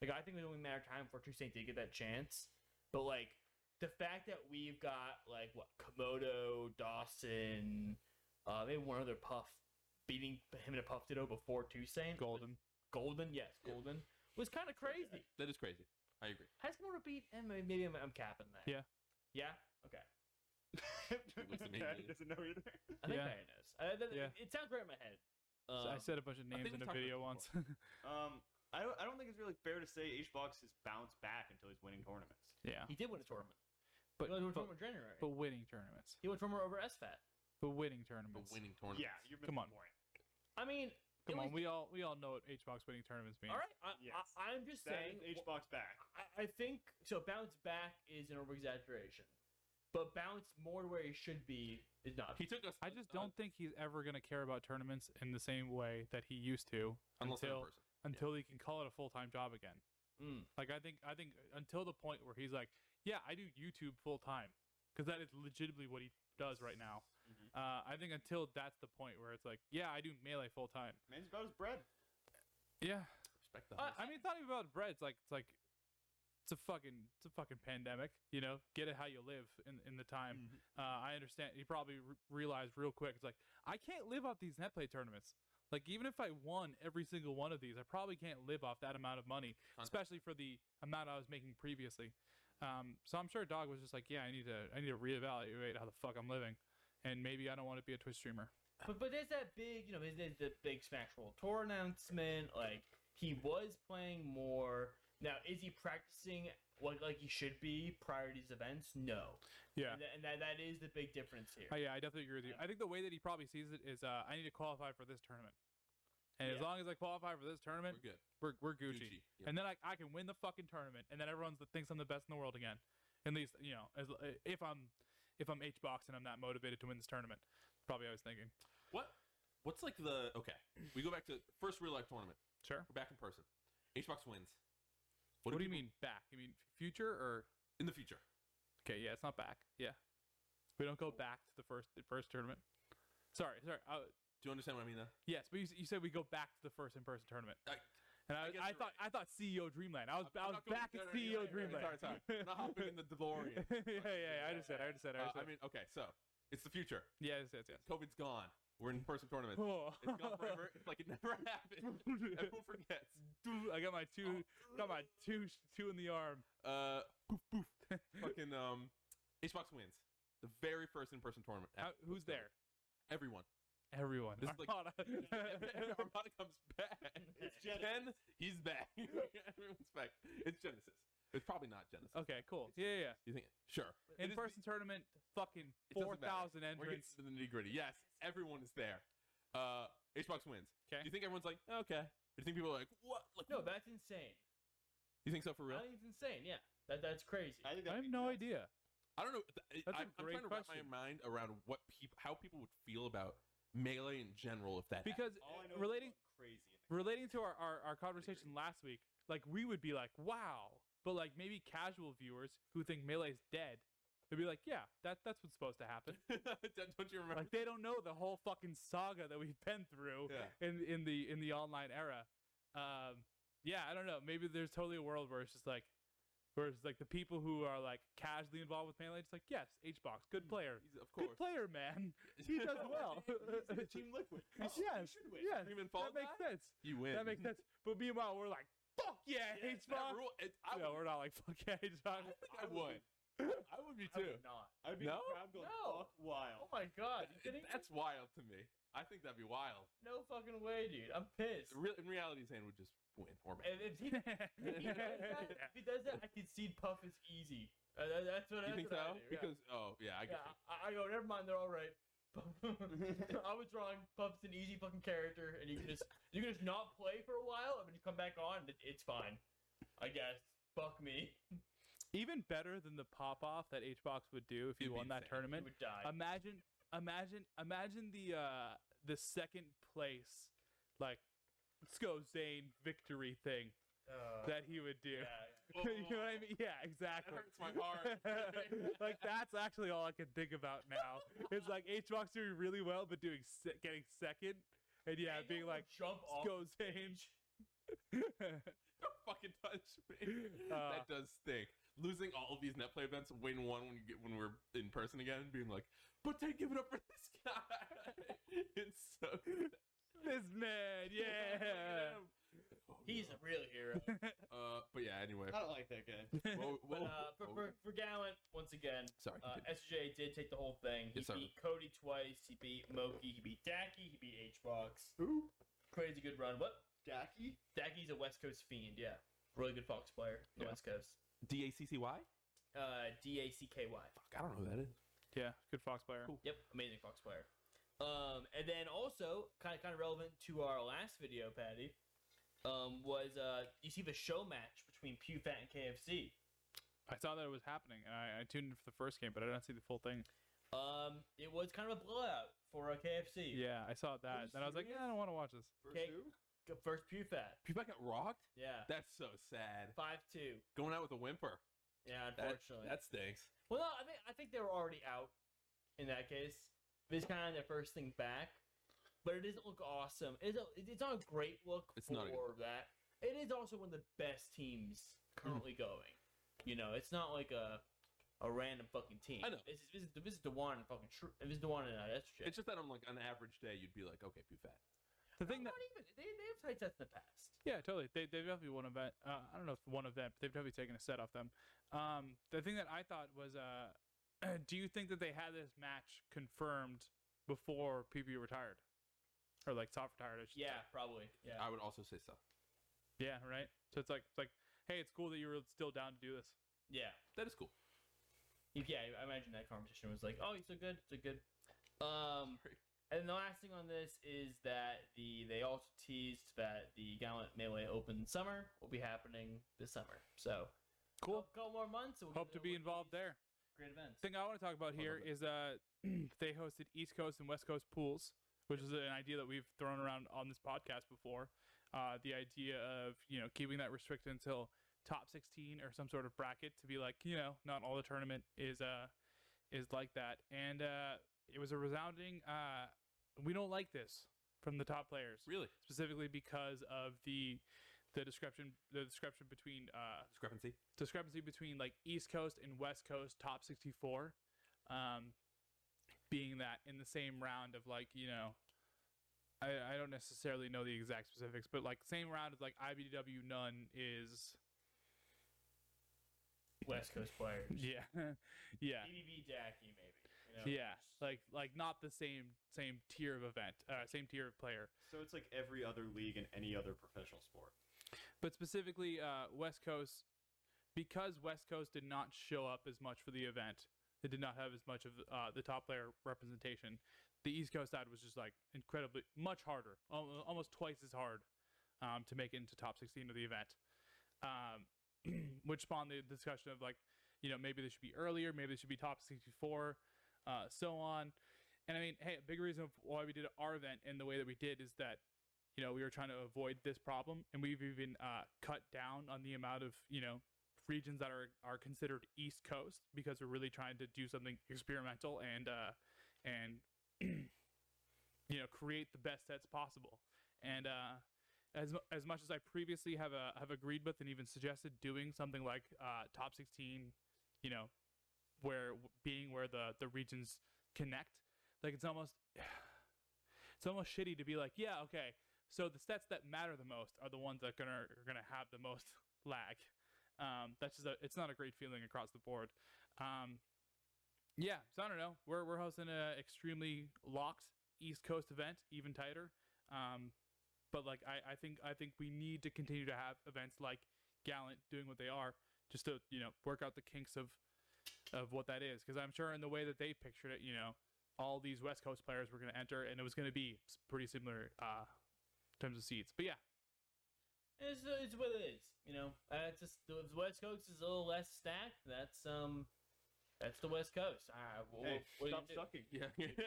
D: Like I think it was only a matter of time for Toussaint to get that chance. But like the fact that we've got like what Komodo, Dawson, uh, maybe one other puff beating him in a puff ditto before Toussaint.
B: golden.
D: Golden, yes, Golden was kind of crazy.
A: that is crazy. I agree.
D: High school repeat, and may- maybe I'm, I'm capping there.
B: Yeah.
D: Yeah. Okay.
A: looks at me.
C: Patty doesn't know either.
D: I think
B: Yeah.
D: Diane knows. I, that,
B: Yeah.
D: It sounds right in my head.
B: So I
D: Um,
B: said a bunch of
A: think
B: names
A: we
B: in a
A: talked about
B: video
A: this
B: once.
C: Um, I don't, I don't think it's really fair to say HBox has bounced back until he's winning tournaments.
B: yeah.
D: he did win a tournament.
B: But,
D: he won a
B: but
D: tournament in January.
B: but winning tournaments.
D: he won a tournament over SFAT.
B: But winning
A: But
B: tournaments.
A: winning tournaments.
C: Yeah, you're
B: Come on.
C: Point.
D: I mean, it
B: Come on,
D: was-
B: we all we all know what H box winning tournaments means.
D: all right. I,
C: Yes.
D: I, I'm just
C: That
D: saying.
C: is HBox back.
D: I, I think so. Bounce back is an over exaggeration, but bounce more to where he should be is not.
A: He took us.
B: I just don't think he's ever going to care about tournaments in the same way that he used to
A: unless they're in
B: until
A: person.
B: until he can call it a full time job again.
D: Mm.
B: Like I think I think until the point where he's like, yeah, I do YouTube full time because that is legitimately what he does right now.
C: Mhm.
B: Uh, I think until that's the point where it's like, yeah, I do melee full time.
C: Man's about his bread.
B: Yeah,
A: Respect the
B: I,
A: hustle.
B: I mean, it's not even about bread. It's like it's like it's a fucking it's a fucking pandemic. You know, get it how you live in in the time. Uh, I understand. He probably re- realized real quick. It's like I can't live off these net play tournaments. Like even if I won every single one of these, I probably can't live off that amount of money,
A: Content.
B: especially for the amount I was making previously. Um, so I'm sure Dog was just like, yeah, I need to I need to reevaluate how the fuck I'm living, and maybe I don't want to be a Twitch streamer.
D: But but there's that big, you know, there's, there's the big Smash World Tour announcement. Like he was playing more. Now is he practicing like like he should be prior to these events? No.
B: Yeah.
D: And, tha- and that that is the big difference here.
B: Oh, yeah, I definitely agree with you. I think the way that he probably sees it is, uh, I need to qualify for this tournament, and as
D: Yeah.
B: long as I qualify for this
A: we're
B: tournament,
A: good.
B: we're, we're Gucci.
A: Gucci. Yep.
B: And then I, I can win the fucking tournament, and then everyone thinks I'm the best in the world again. At least you know, as, uh, if I'm if I'm H box and I'm not motivated to win this tournament, probably I was thinking.
A: What? What's like the okay? We go back to first real life tournament.
B: Sure.
A: We're back in person. HBox wins.
B: What, do you
A: people-
B: mean back? You mean future or
A: in the future?
B: okay? Yeah, it's not back. Yeah, we don't go back to the first the first tournament. Sorry, sorry. Uh,
A: Do you understand what I mean? Though?
B: yes, but you, s- you said we go back to the first in person tournament.
A: I-
B: and
A: I
B: I,
A: guess
B: I,
A: you're
B: thought I thought CEO Dreamland. I was
A: I'm
B: I was
A: not going-
B: back
A: no, no, no, you're
B: at E
A: right,
B: CEO
A: you're
B: Dreamland.
A: right, sorry, sorry. Not hopping in the DeLorean.
B: yeah, yeah, yeah. I understand. I understand. I
A: Uh,
B: understand.
A: I mean, okay, so it's the future.
B: yes, yes, yes.
A: COVID's gone. We're in person tournaments.
B: Oh.
A: It's gone forever. It's like it never happened. Everyone forgets.
B: I got my two,
A: Oh.
B: got my two, two in the arm.
A: Uh, poof poof. Fucking um, HBox wins the very first in person tournament.
B: How,
A: ever.
B: who's there?
A: Everyone.
B: Everyone.
A: This is like-
B: Armada.
A: Armada comes back.
D: It's
A: Ken, he's back. Everyone's back. It's Genesis. It's probably not Genesis.
B: okay, cool. Yeah, yeah.
A: You think? Sure.
B: yeah.
A: It is-
B: In person tournament, fucking
A: It doesn't
B: four
A: matter.
B: thousand
A: We're getting
B: entrants.
A: to the nitty gritty. Yes, everyone is there. Uh, HBox wins.
B: 'Kay.
A: Do you think everyone's like okay? Or do you think people are like what? Like,
D: No, that's insane.
A: You think so for real?
D: I think it's insane. Yeah, that that's crazy.
C: I think
B: I have
C: that makes
B: no
C: sense.
B: idea.
A: I don't know. Th-
B: That's a
A: I, I'm
B: great
A: trying to wrap
B: question.
A: my mind around what people, how people would feel about melee in general if that happened.
B: Because
C: All I know is
B: relating,
C: it's crazy.
B: relating to our, our, our conversation last week, like we would be like, wow. But like maybe casual viewers who think Melee's dead would be like, yeah, that, that's what's supposed to happen.
A: Don't- don't you remember?
B: like they don't know the whole fucking saga that we've been through
A: Yeah.
B: in in the in the online era. Um, yeah, I don't know. Maybe there's totally a world where it's just like where it's like the people who are like casually involved with melee, it's like yes, H box, good player,
A: He's- Mm, of
B: good
A: course.
B: player, man. He does well.
C: Team Liquid.
B: Yes, yes,
A: Have you been
B: that
A: following
B: makes sense.
A: You win.
B: That makes sense. But meanwhile, we're like, fuck yeah,
A: Yeah,
B: H
A: that
B: box.
A: rule- it- I
B: No,
A: would,
B: we're not like fuck yeah, H box.
A: I think I would. I would be too.
D: not.
C: I would be
A: No?
C: proud going fuck
D: No.
C: wild.
D: Oh my god, you kidding? me?
A: That's wild to me. I think that'd be wild.
D: no fucking way, dude. I'm pissed.
A: Real, in reality, Zane would just win or man.
D: If, if he, if he does that, if he does that, I concede Puff is easy. Uh, that- that's what
A: You think
D: that's what I
A: so?
D: do, yeah.
A: Because oh yeah, I
D: yeah,
A: get
D: I, I go. Never mind, they're all right. I was wrong. Puff's an easy fucking character, and you can just you can just not play for a while, and when you come back on, it, it's fine. I guess. Fuck me.
B: Even better than the pop off that H box would do if he
A: It'd be
B: won that
A: insane.
B: tournament.
D: You would die.
B: imagine imagine imagine the uh the second place like let's go zane victory thing
D: Uh,
B: that he would do
A: you.
D: yeah.
B: you know what i mean yeah exactly
A: hurts my heart.
B: like that's actually all i can think about now it's like hbox doing really well but doing se- getting second and yeah
D: Daniel
B: being
D: will
B: like
D: jump
B: let's
D: off.
B: go zane
A: Don't fucking touch me.
B: Uh,
A: that does stink. Losing all of these net play events, win one when you get when we're in person again, and being like, but they give it up for this guy. it's so Oh,
B: this man yeah
D: He's a real hero.
A: uh, but yeah. Anyway,
C: I don't like that guy.
A: Whoa,
D: But
A: whoa,
D: uh, for,
A: whoa.
D: for, for Gallant, once again,
A: sorry.
D: uh,
A: continue.
D: SJ did take the whole thing. He
A: Yes, sir.
D: beat Cody twice. He beat Moki. He beat Daki. He beat H-Box.
C: Who?
D: Crazy good run. What?
C: Jackie?
D: Daki's a West Coast fiend, yeah. Really good Fox player. The
A: Yeah.
D: West Coast.
A: D A C C Y.
D: Uh, D A C K Y.
A: Fuck, I don't know who that is.
B: yeah good fox player
A: Cool.
D: Yep, amazing Fox player. Um, and then also kind of kind of relevant to our last video, Patty, um, was uh, you see the show match between Pew Fat and KFC.
B: i saw that it was happening and I, I tuned in for the first game but i didn't see the full thing
D: Um, it was kind of a blowout for uh, KFC.
B: Yeah, I saw that.
C: you
B: Then I was like,
C: serious?
B: yeah, I don't want to watch this.
D: Okay.
C: Versu?
D: G- First Pew Fat.
A: People got rocked.
D: Yeah.
A: That's so sad.
D: Five two.
A: Going out with a whimper.
D: Yeah,
A: That,
D: unfortunately.
A: that stinks.
D: Well, no, I think I think they were already out in that case. This kind of their first thing back, but it doesn't look awesome. It's a, it's not a great look
A: It's
D: for
A: not a good
D: that. It is also one of the best teams currently
A: Hmm.
D: going. You know, it's not like a a random fucking team.
A: I know.
D: This is this is, this is Dewan and fucking true. This is Dewan and uh, that's shit.
A: It's just that on like an average day, you'd be like, okay, Buffet.
B: The thing
D: not
B: that,
D: even they they have tight sets in the past.
B: yeah, totally. They, they've definitely one event. Uh, I don't know if one event, but they've definitely taken a set off them. Um, the thing that I thought was, uh, do you think that they had this match confirmed before PB retired, or like soft retired? I should
D: Yeah, probably. Yeah.
A: I would also say so.
B: Say. Yeah. Right. So it's like, it's like, hey, it's cool that you were still down to do this.
D: yeah.
A: That is cool.
D: If- Yeah, I imagine that conversation was like, "Oh, you're so good, so good." Um,
A: Sorry.
D: and the last thing on this is that the they also teased that the Gallant Melee Open Summer will be happening this summer. So
B: Cool.
D: Couple more months. and we'll
B: Hope
D: give
B: to
D: it a
B: be
D: look.
B: involved there.
D: Great events.
B: thing I want to talk about
A: I
B: here
A: love it.
B: is uh, they hosted East Coast and West Coast pools, which is an idea that we've thrown around on this podcast before. Uh, the idea of you know keeping that restricted until top 16 or some sort of bracket to be like you know not all the tournament is uh is like that, and uh, it was a resounding uh, we don't like this from the top players
A: Really?
B: specifically because of the the description the description between uh,
A: Discrepancy?
B: discrepancy between like East Coast and West Coast top 64 um, being that in the same round of like, you know, I, I don't necessarily know the exact specifics, but like same round of like IBW none is
D: West Coast players.
B: yeah. yeah.
D: EBB Dacky maybe. You know?
B: Yeah. Like like not the same same tier of event, uh, same tier of player.
C: So it's like every other league in any other professional sport.
B: but specifically uh, West Coast, because West Coast did not show up as much for the event, it did not have as much of uh, the top player representation. The East Coast side was just like incredibly much harder, al- almost twice as hard um, to make it into top 16 of the event, um, which spawned the discussion of like, you know, maybe they should be earlier, maybe they should be top 64, uh, so on. And I mean, hey, a big reason why we did our event in the way that we did is that you know, we were trying to avoid this problem, and we've even uh, cut down on the amount of you know regions that are are considered East Coast because we're really trying to do something experimental and uh, and you know create the best sets possible. And uh, as mu- as much as I previously have uh, have agreed with and even suggested doing something like uh, top sixteen, you know, where being where the the regions connect, like it's almost. It's almost shitty to be like, yeah, okay, so the sets that matter the most are the ones that gonna, are going to have the most lag. Um, that's just a, it's not a great feeling across the board. Um, yeah, so I don't know. We're we're hosting an extremely locked East Coast event, even tighter. Um, but like I, I think I think we need to continue to have events like Gallant doing what they are, just to you know work out the kinks of of what that is. Because I'm sure in the way that they pictured it, you know, all these West Coast players were going to enter, and it was going to be s- pretty similar uh, terms of seats. But yeah,
D: It's, it's what it is, you know. Uh, it's just the the West Coast is a little less stacked. That's um, that's the West Coast. Ah, wh- wh-
C: Hey,
D: what do you
C: stop
D: do?
C: sucking.
A: Yeah.
D: Yeah,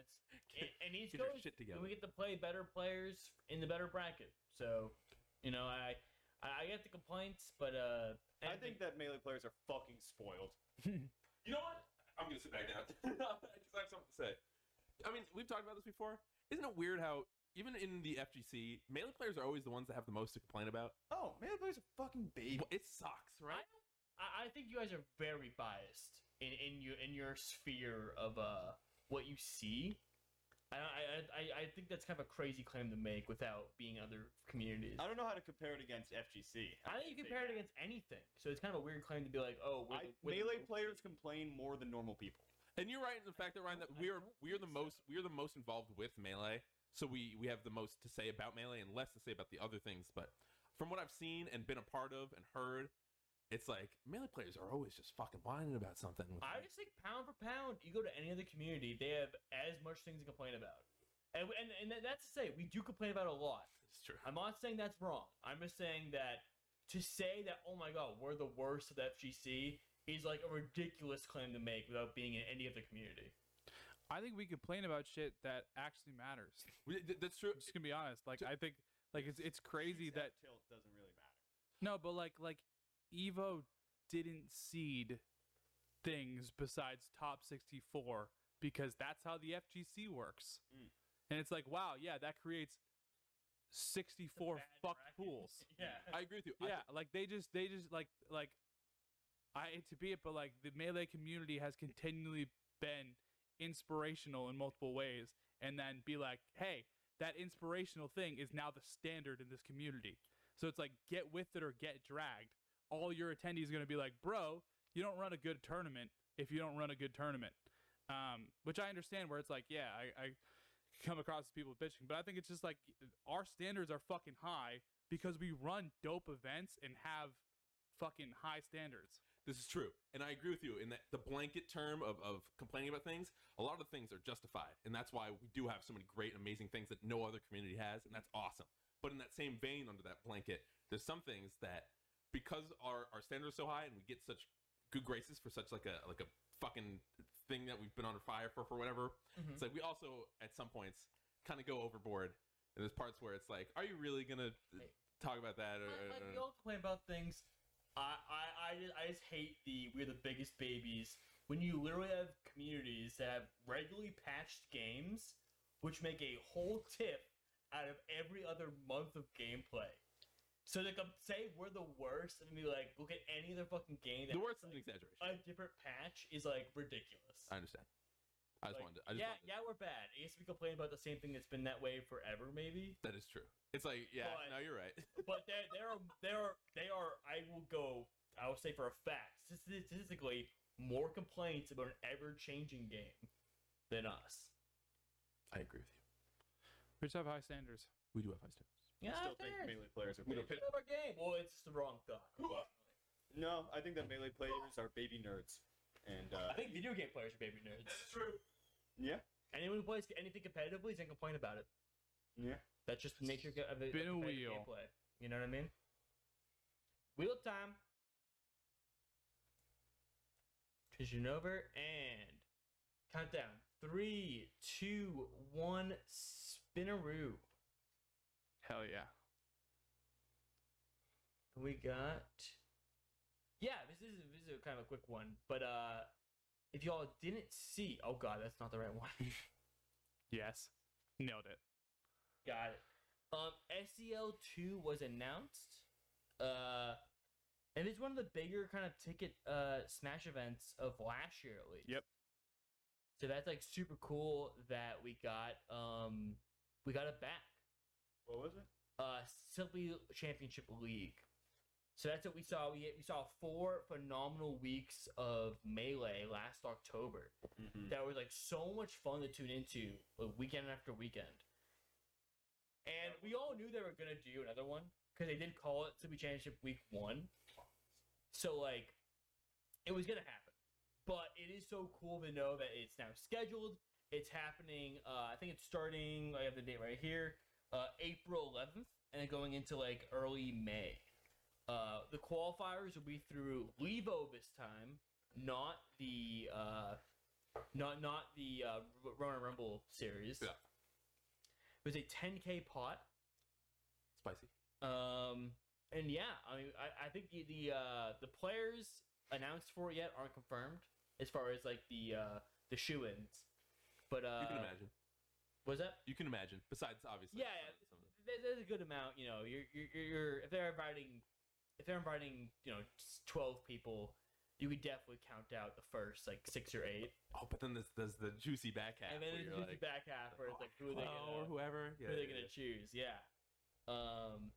D: it's and, and East
A: Get your
D: Coast.
A: shit
D: and
A: together.
D: we get to play better players in the better bracket. So, you know, I I I get the complaints, but uh,
C: I think that melee players are fucking spoiled.
A: You know what? I'm gonna sit back down because I have something to say. I mean, we've talked about this before. Isn't it weird how even in the FGC, melee players are always the ones that have the most to complain about?
C: Oh, melee players are fucking baby.
A: Well, It sucks, right?
D: I, I think you guys are very biased in in your in your sphere of uh what you see. I I I, I think that's kind of a crazy claim to make without being other communities.
C: I don't know how to compare it against FGC.
D: I think you
C: Say
D: compare it
C: that.
D: against anything, so it's kind of a weird claim to be like, "Oh, we're,
C: I,
D: the- we're the-
C: melee players complain more than normal people.
A: And you're right in the fact that Ryan, that
D: don't-
A: we're
D: I don't
A: we're the
D: think so.
A: most we're the most involved with melee, so we we have the most to say about melee and less to say about the other things. But from what I've seen and been a part of and heard, it's like melee players are always just fucking whining about something. with,
D: I
A: like-
D: just think pound for pound, you go to any other community, they have as much things to complain about, and and and that's to say, we do complain about a lot.
A: it's true.
D: I'm not saying that's wrong. I'm just saying that to say that, oh my god, we're the worst of the FGC is like a ridiculous claim to make without being in any other community.
B: I think we complain about shit that actually matters.
A: We- th- That's true.
B: I'm just gonna be honest. Like I think like it's it's crazy
C: Sheets
B: that
C: at tilt doesn't really matter.
B: no, but like like Evo didn't seed things besides top 64 because that's how the FGC works.
C: Mm.
B: And it's like wow, yeah, that creates 64
D: bad
B: fuck
D: bracket.
B: pools.
D: Yeah.
A: I agree with you. I
B: yeah like they just they just like like i hate to be it but like the melee community has continually been inspirational in multiple ways and then be like hey that inspirational thing is now the standard in this community so it's like get with it or get dragged all your attendees are going to be like bro you don't run a good tournament if you don't run a good tournament um, which i understand where it's like yeah I, I come across as people bitching but i think it's just like our standards are fucking high because we run dope events and have fucking high standards.
A: This is true, and I agree with you in that the blanket term of, of complaining about things. A lot of the things are justified, and that's why we do have so many great, amazing things that no other community has, and that's awesome. But in that same vein, under that blanket, there's some things that because our our standards are so high and we get such good graces for such like a like a fucking thing that we've been under fire for for whatever.
D: Mhm.
A: It's like we also at some points kind of go overboard, and there's parts where it's like, are you really gonna uh,
D: Hey.
A: talk about that? Or,
D: But, but
A: or-
D: we all complain about things. Uh, I, I, I, just, I just hate the we're the biggest babies when you literally have communities that have regularly patched games, which make a whole tip out of every other month of gameplay. So to come say we're the worst and be like, look at any other fucking game that
A: the worst is
D: has,
A: an exaggeration.
D: like, a different patch is like ridiculous.
A: I understand. I just
D: Like,
A: wanted. To, I just
D: yeah,
A: wanted to-
D: yeah, we're bad. I guess we complain about the same thing that's been that way forever, maybe.
A: That is true. It's like, yeah, no,
D: But-
A: you're right.
D: but they they are they are they are. I will go. I will say for a fact, stati- statistically, more complaints about an ever-changing game than us.
A: I agree with you.
B: We just have high standards.
A: We do have high standards.
D: Yeah,
C: I still
D: fair.
C: think melee players are
A: We don't
C: baby.
D: Pick up our game. Well, it's just the wrong thought.
C: No, I think that melee players are baby nerds. And uh,
D: I think video game players are baby nerds.
A: true.
C: yeah,
D: Anyone who plays anything competitively is gonna complain about it.
C: yeah.
D: That's just the nature of the of
B: Spin a
D: competitive
B: wheel.
D: gameplay. You know what I mean? Wheel of time. Transition over and countdown. Three, two, one. Spinaroo.
B: Hell yeah.
D: We got. Yeah, this is this is a kind of a quick one, but uh, if y'all didn't see, oh god, that's not the right one.
B: Yes. Nailed it.
D: Got it. Um, SEL two was announced. Uh, and it's one of the bigger kind of ticket uh smash events of last year at least.
B: Yep.
D: So that's like super cool that we got um we got it back.
C: What was it?
D: Uh, simply championship league. So that's what we saw. We we saw four phenomenal weeks of melee last October
C: Mm-hmm.
D: that was like so much fun to tune into like, weekend after weekend. And we all knew they were gonna do another one because they did call it to be championship week one. So like, it was gonna happen. But it is so cool to know that it's now scheduled. It's happening. Uh, I think it's starting. I have the date right here, uh, April 11th, and then going into like early May. Uh, the qualifiers will be through Levo this time, not the uh, not not the uh, R- Royal Rumble series.
A: Yeah.
D: It was a 10k pot.
A: Spicy.
D: Um, and yeah, I mean, I, I think the the, uh, the players announced for it yet aren't confirmed as far as like the uh, the shoe ins. But
A: You
D: uh,
A: can imagine.
D: was that?
A: You can imagine. Besides, obviously.
D: Yeah, yeah.
A: some- some-
D: there- There's a good amount, you know. You're, you're, you're- you're if they're inviting, if they're inviting, you know, s- twelve people, you could definitely count out the first like six or eight,
A: Oh, but then there's, there's the juicy back half.
D: and then
A: where
D: it's
A: you're
D: just the
A: like,
D: back half where it's like who are they
A: "Oh,"
D: gonna,
A: or whoever. Yeah,
D: who are they
A: yeah,
D: gonna
A: yeah.
D: choose? Yeah. Um,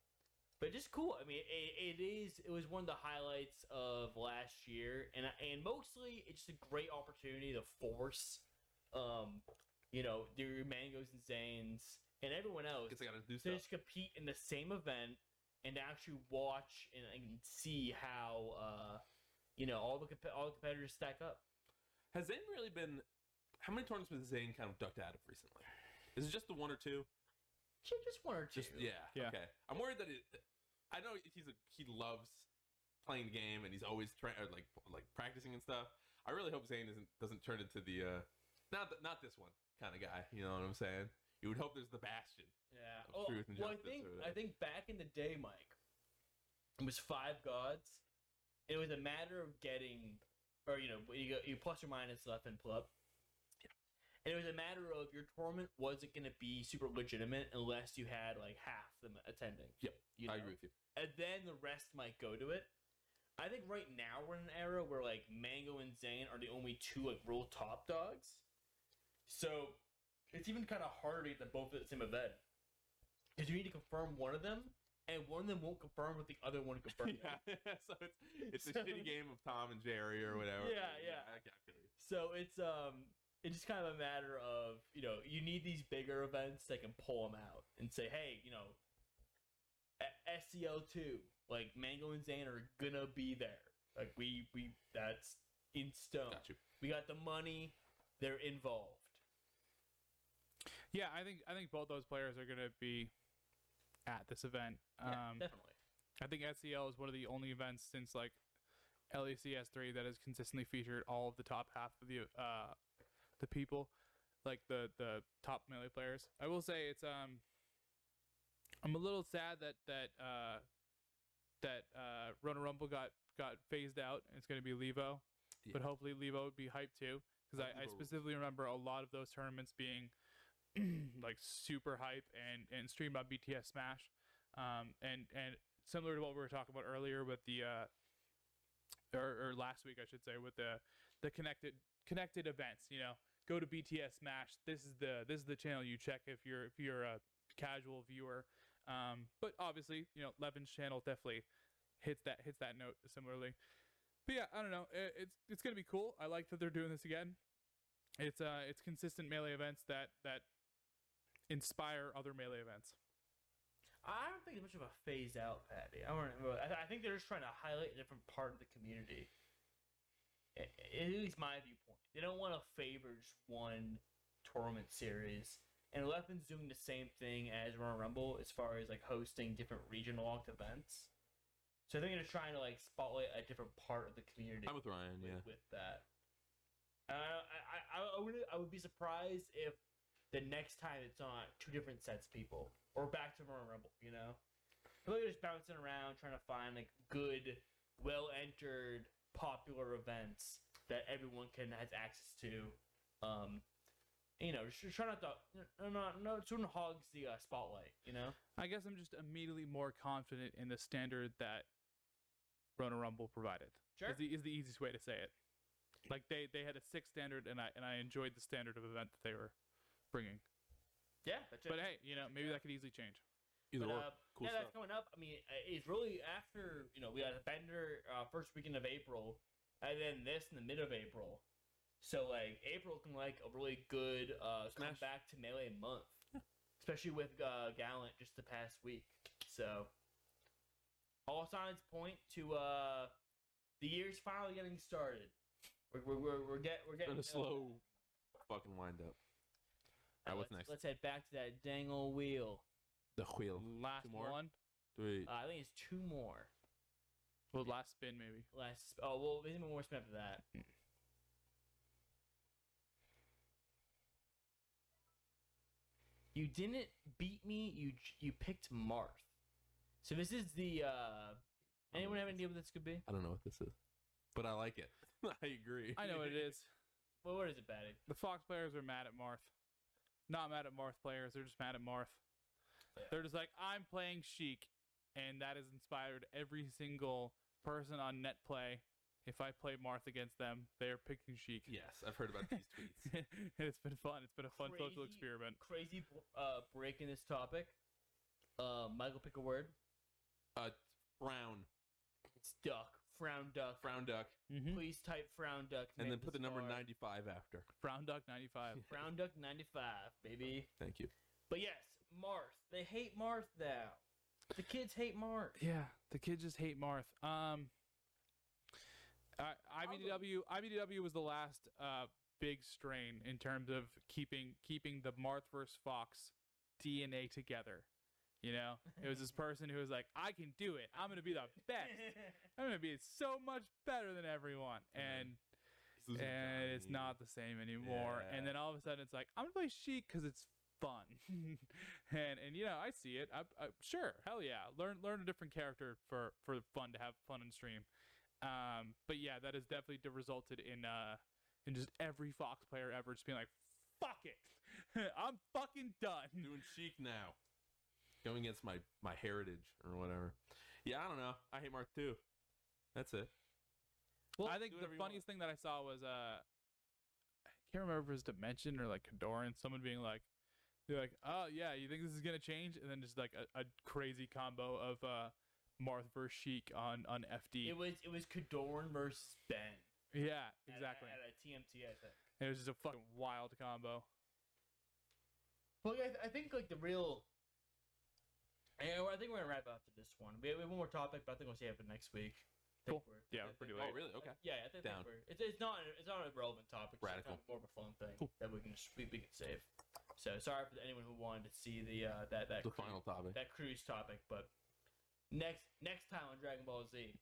D: but just cool. I mean, it, it is. It was one of the highlights of last year, and and mostly it's just a great opportunity to force, um, you know, your mangoes and zanes and everyone else
A: Guess I gotta do
D: to
A: stuff.
D: just compete in the same event and to actually watch and, and see how, uh, you know, all the comp- all the competitors stack up.
A: Has Zane really been? How many tournaments has Zane kind of ducked out of recently? Is it just the one or two?
D: Shit, just one or two.
A: Just yeah,
B: Yeah.
A: Okay. I'm worried that it. I know he's a he loves playing the game and he's always trying like like practicing and stuff. I really hope Zane isn't doesn't turn into the uh not th- not this one kind of guy. You know what I'm saying? You would hope there's the Bastion.
D: Yeah.
A: of
D: Oh,
A: truth and
D: well, I
A: justice
D: think
A: or
D: I
A: whatever.
D: think back in the day, Mike, it was five gods. It was a matter of getting, or you know, you go you plus or minus left and plug. And it was a matter of your tournament wasn't going to be super legitimate unless you had like half them attending.
A: Yep,
D: you
A: I
D: know?
A: agree with you.
D: and then the rest might go to it. I think right now we're in an era where like Mango and Zane are the only two like real top dogs. So it's even kind of harder to get them both at the same event because you need to confirm one of them, and one of them won't confirm what the other one confirmed.
A: yeah. so it's it's a
D: So-
A: shitty game of Tom and Jerry or whatever.
D: Yeah, yeah.
A: I, I feel you.
D: So it's um, it's just kind of a matter of you know you need these bigger events that can pull them out and say, hey, you know, E, SEL two, like Mango and Zane are gonna be there. Like we we that's in stone.
A: Got you.
D: We got the money. They're involved.
B: Yeah, I think I think both those players are gonna be at this event.
D: Yeah,
B: um,
D: definitely.
B: I think SEL is one of the only events since like LECS three that has consistently featured all of the top half of the uh the people, like the the top melee players. I will say it's um I'm a little sad that that uh that uh Runner Rumble got got phased out. It's going to be Levo,
A: Yeah.
B: but hopefully Levo would be hyped too because
A: Levo
B: I, I
A: rules.
B: specifically remember a lot of those tournaments being like super hype and and streamed on BTS Smash, um and and similar to what we were talking about earlier with the uh or, or last week I should say with the the connected connected events you know go to BTS Smash this is the this is the channel you check if you're if you're a casual viewer um but obviously you know Levin's channel definitely hits that hits that note similarly but yeah I don't know it, it's it's gonna be cool I like that they're doing this again it's uh it's consistent melee events that that inspire other melee events
D: I don't think it's much of a phase out, Patty. I don't know. I, I think they're just trying to highlight a different part of the community. A- At least my viewpoint. They don't want to favor just one tournament series. And Eleven's doing the same thing as Royal Rumble as far as like hosting different regional locked events. So I think they're trying to like spotlight a different part of the community
A: I'm with Ryan.
D: with,
A: Yeah.
D: with that. Uh, I, I, I, would, I would be surprised if the next time it's on two different sets of people or back to Royal Rumble, you know? I feel like they're just bouncing around trying to find like good, well entered, popular events that everyone can has access to. Um, you know, just trying not to no no no, it sort of hogs the uh, spotlight, you know.
B: I guess I'm just immediately more confident in the standard that Rona Rumble provided.
D: Sure.
B: Is the, is the easiest way to say it. Like they, they had a six standard, and I and I enjoyed the standard of event that they were bringing.
D: Yeah, that's it.
B: But hey, you know maybe that could easily change.
A: Either
D: But,
A: or.
D: uh,
A: Cool
D: yeah,
A: stuff.
D: that's coming up. I mean, uh, it's really after you know we got a Bender uh, first weekend of April, and then this in the mid of April. So like April can like a really good uh, come
A: Smash.
D: back to melee month, especially with uh, Gallant just the past week. So all signs point to uh, the year's finally getting started. We're we're we're, we're, get, we're
A: And a
D: getting there.
A: slow fucking wind up.
D: Now
A: Alright, what's
D: let's-
A: next?
D: Let's head back to that dang old wheel.
A: The wheel.
B: Last
A: Two more?
B: one,
A: Three.
D: Uh, I think it's two more.
B: well, last spin maybe.
D: Last. Oh well, there's even more spin after that. You didn't beat me. You j- you picked Marth. So this is the. uh Anyone have any idea what this could be?
A: I don't know what this is, but I like it. I agree.
B: I know what it is.
D: Well, what is it, Batty?
B: The Fox players are mad at Marth. Not mad at Marth players. They're just mad at Marth.
D: Yeah.
B: They're just like, I'm playing Sheik, and that has inspired every single person on net play. If I play Marth against them, they are picking Sheik.
A: Yes, I've heard about these tweets.
B: and it's been fun. It's been a fun social
D: Crazy.
B: experiment.
D: Crazy uh, break in this topic. Uh, Michael, pick a word.
A: Uh, frown,
D: It's duck. Frown duck.
A: frown duck,
D: Please type frown duck.
A: Mm-hmm. and then
D: make
A: put the
D: this
A: number
D: hard.
A: ninety-five after.
B: Brown Duck 95.
D: Frown duck ninety five, baby.
A: Thank you.
D: But yes, Marth. They hate Marth now. The kids hate Marth.
B: Yeah, the kids just hate Marth. Um, uh, IBDW IBDW was the last uh big strain in terms of keeping keeping the Marth versus Fox DNA together. You know, it was this person who was like, "I can do it. I'm gonna be the best. I'm gonna be so much better than everyone." And
A: This is
B: and it's
A: Johnny.
B: not the same anymore. And
A: Yeah.
B: then all of a sudden, it's like I'm gonna play Sheik because it's fun, and and you know I see it. I, I sure, hell yeah, learn learn a different character for for fun to have fun and stream. Um, but yeah, that has definitely de- resulted in uh in just every Fox player ever just being like, fuck it, I'm fucking done.
A: doing chic now, going against my my heritage or whatever. Yeah, I don't know. I hate Mark too. That's it.
B: Well, I think
A: do
B: the
A: whatever you want.
B: funniest thing that I saw was uh, I can't remember if it was Dimension or like Kadoran, someone being like, they're like, oh yeah, you think this is gonna change? And then just like a, a crazy combo of uh, Marth versus Sheik on on FD.
D: It was it was Kadorn versus Ben.
B: yeah,
D: At-
B: exactly.
D: At, at a TMT, I think.
B: it was just a fucking wild combo.
D: Well, I, th- I think like the real. Yeah, well, I think we're gonna wrap up for this one. We have, we have one more topic, but I think we'll save it for next week. I
B: Cool.
D: think we're-
B: Yeah,
D: I
B: we're
D: think-
B: pretty
A: Oh,
B: late.
A: really? Okay.
D: Yeah, I think, I think
A: Down.
D: we're- it's, it's not it's not a relevant topic. It's
A: Radical.
D: kind of more of a fun thing that we can just, we, we can save. So sorry for anyone who wanted to see the uh, that that
A: The
D: cruise-
A: final topic.
D: that cruise topic, but Next next time on Dragon Ball Z.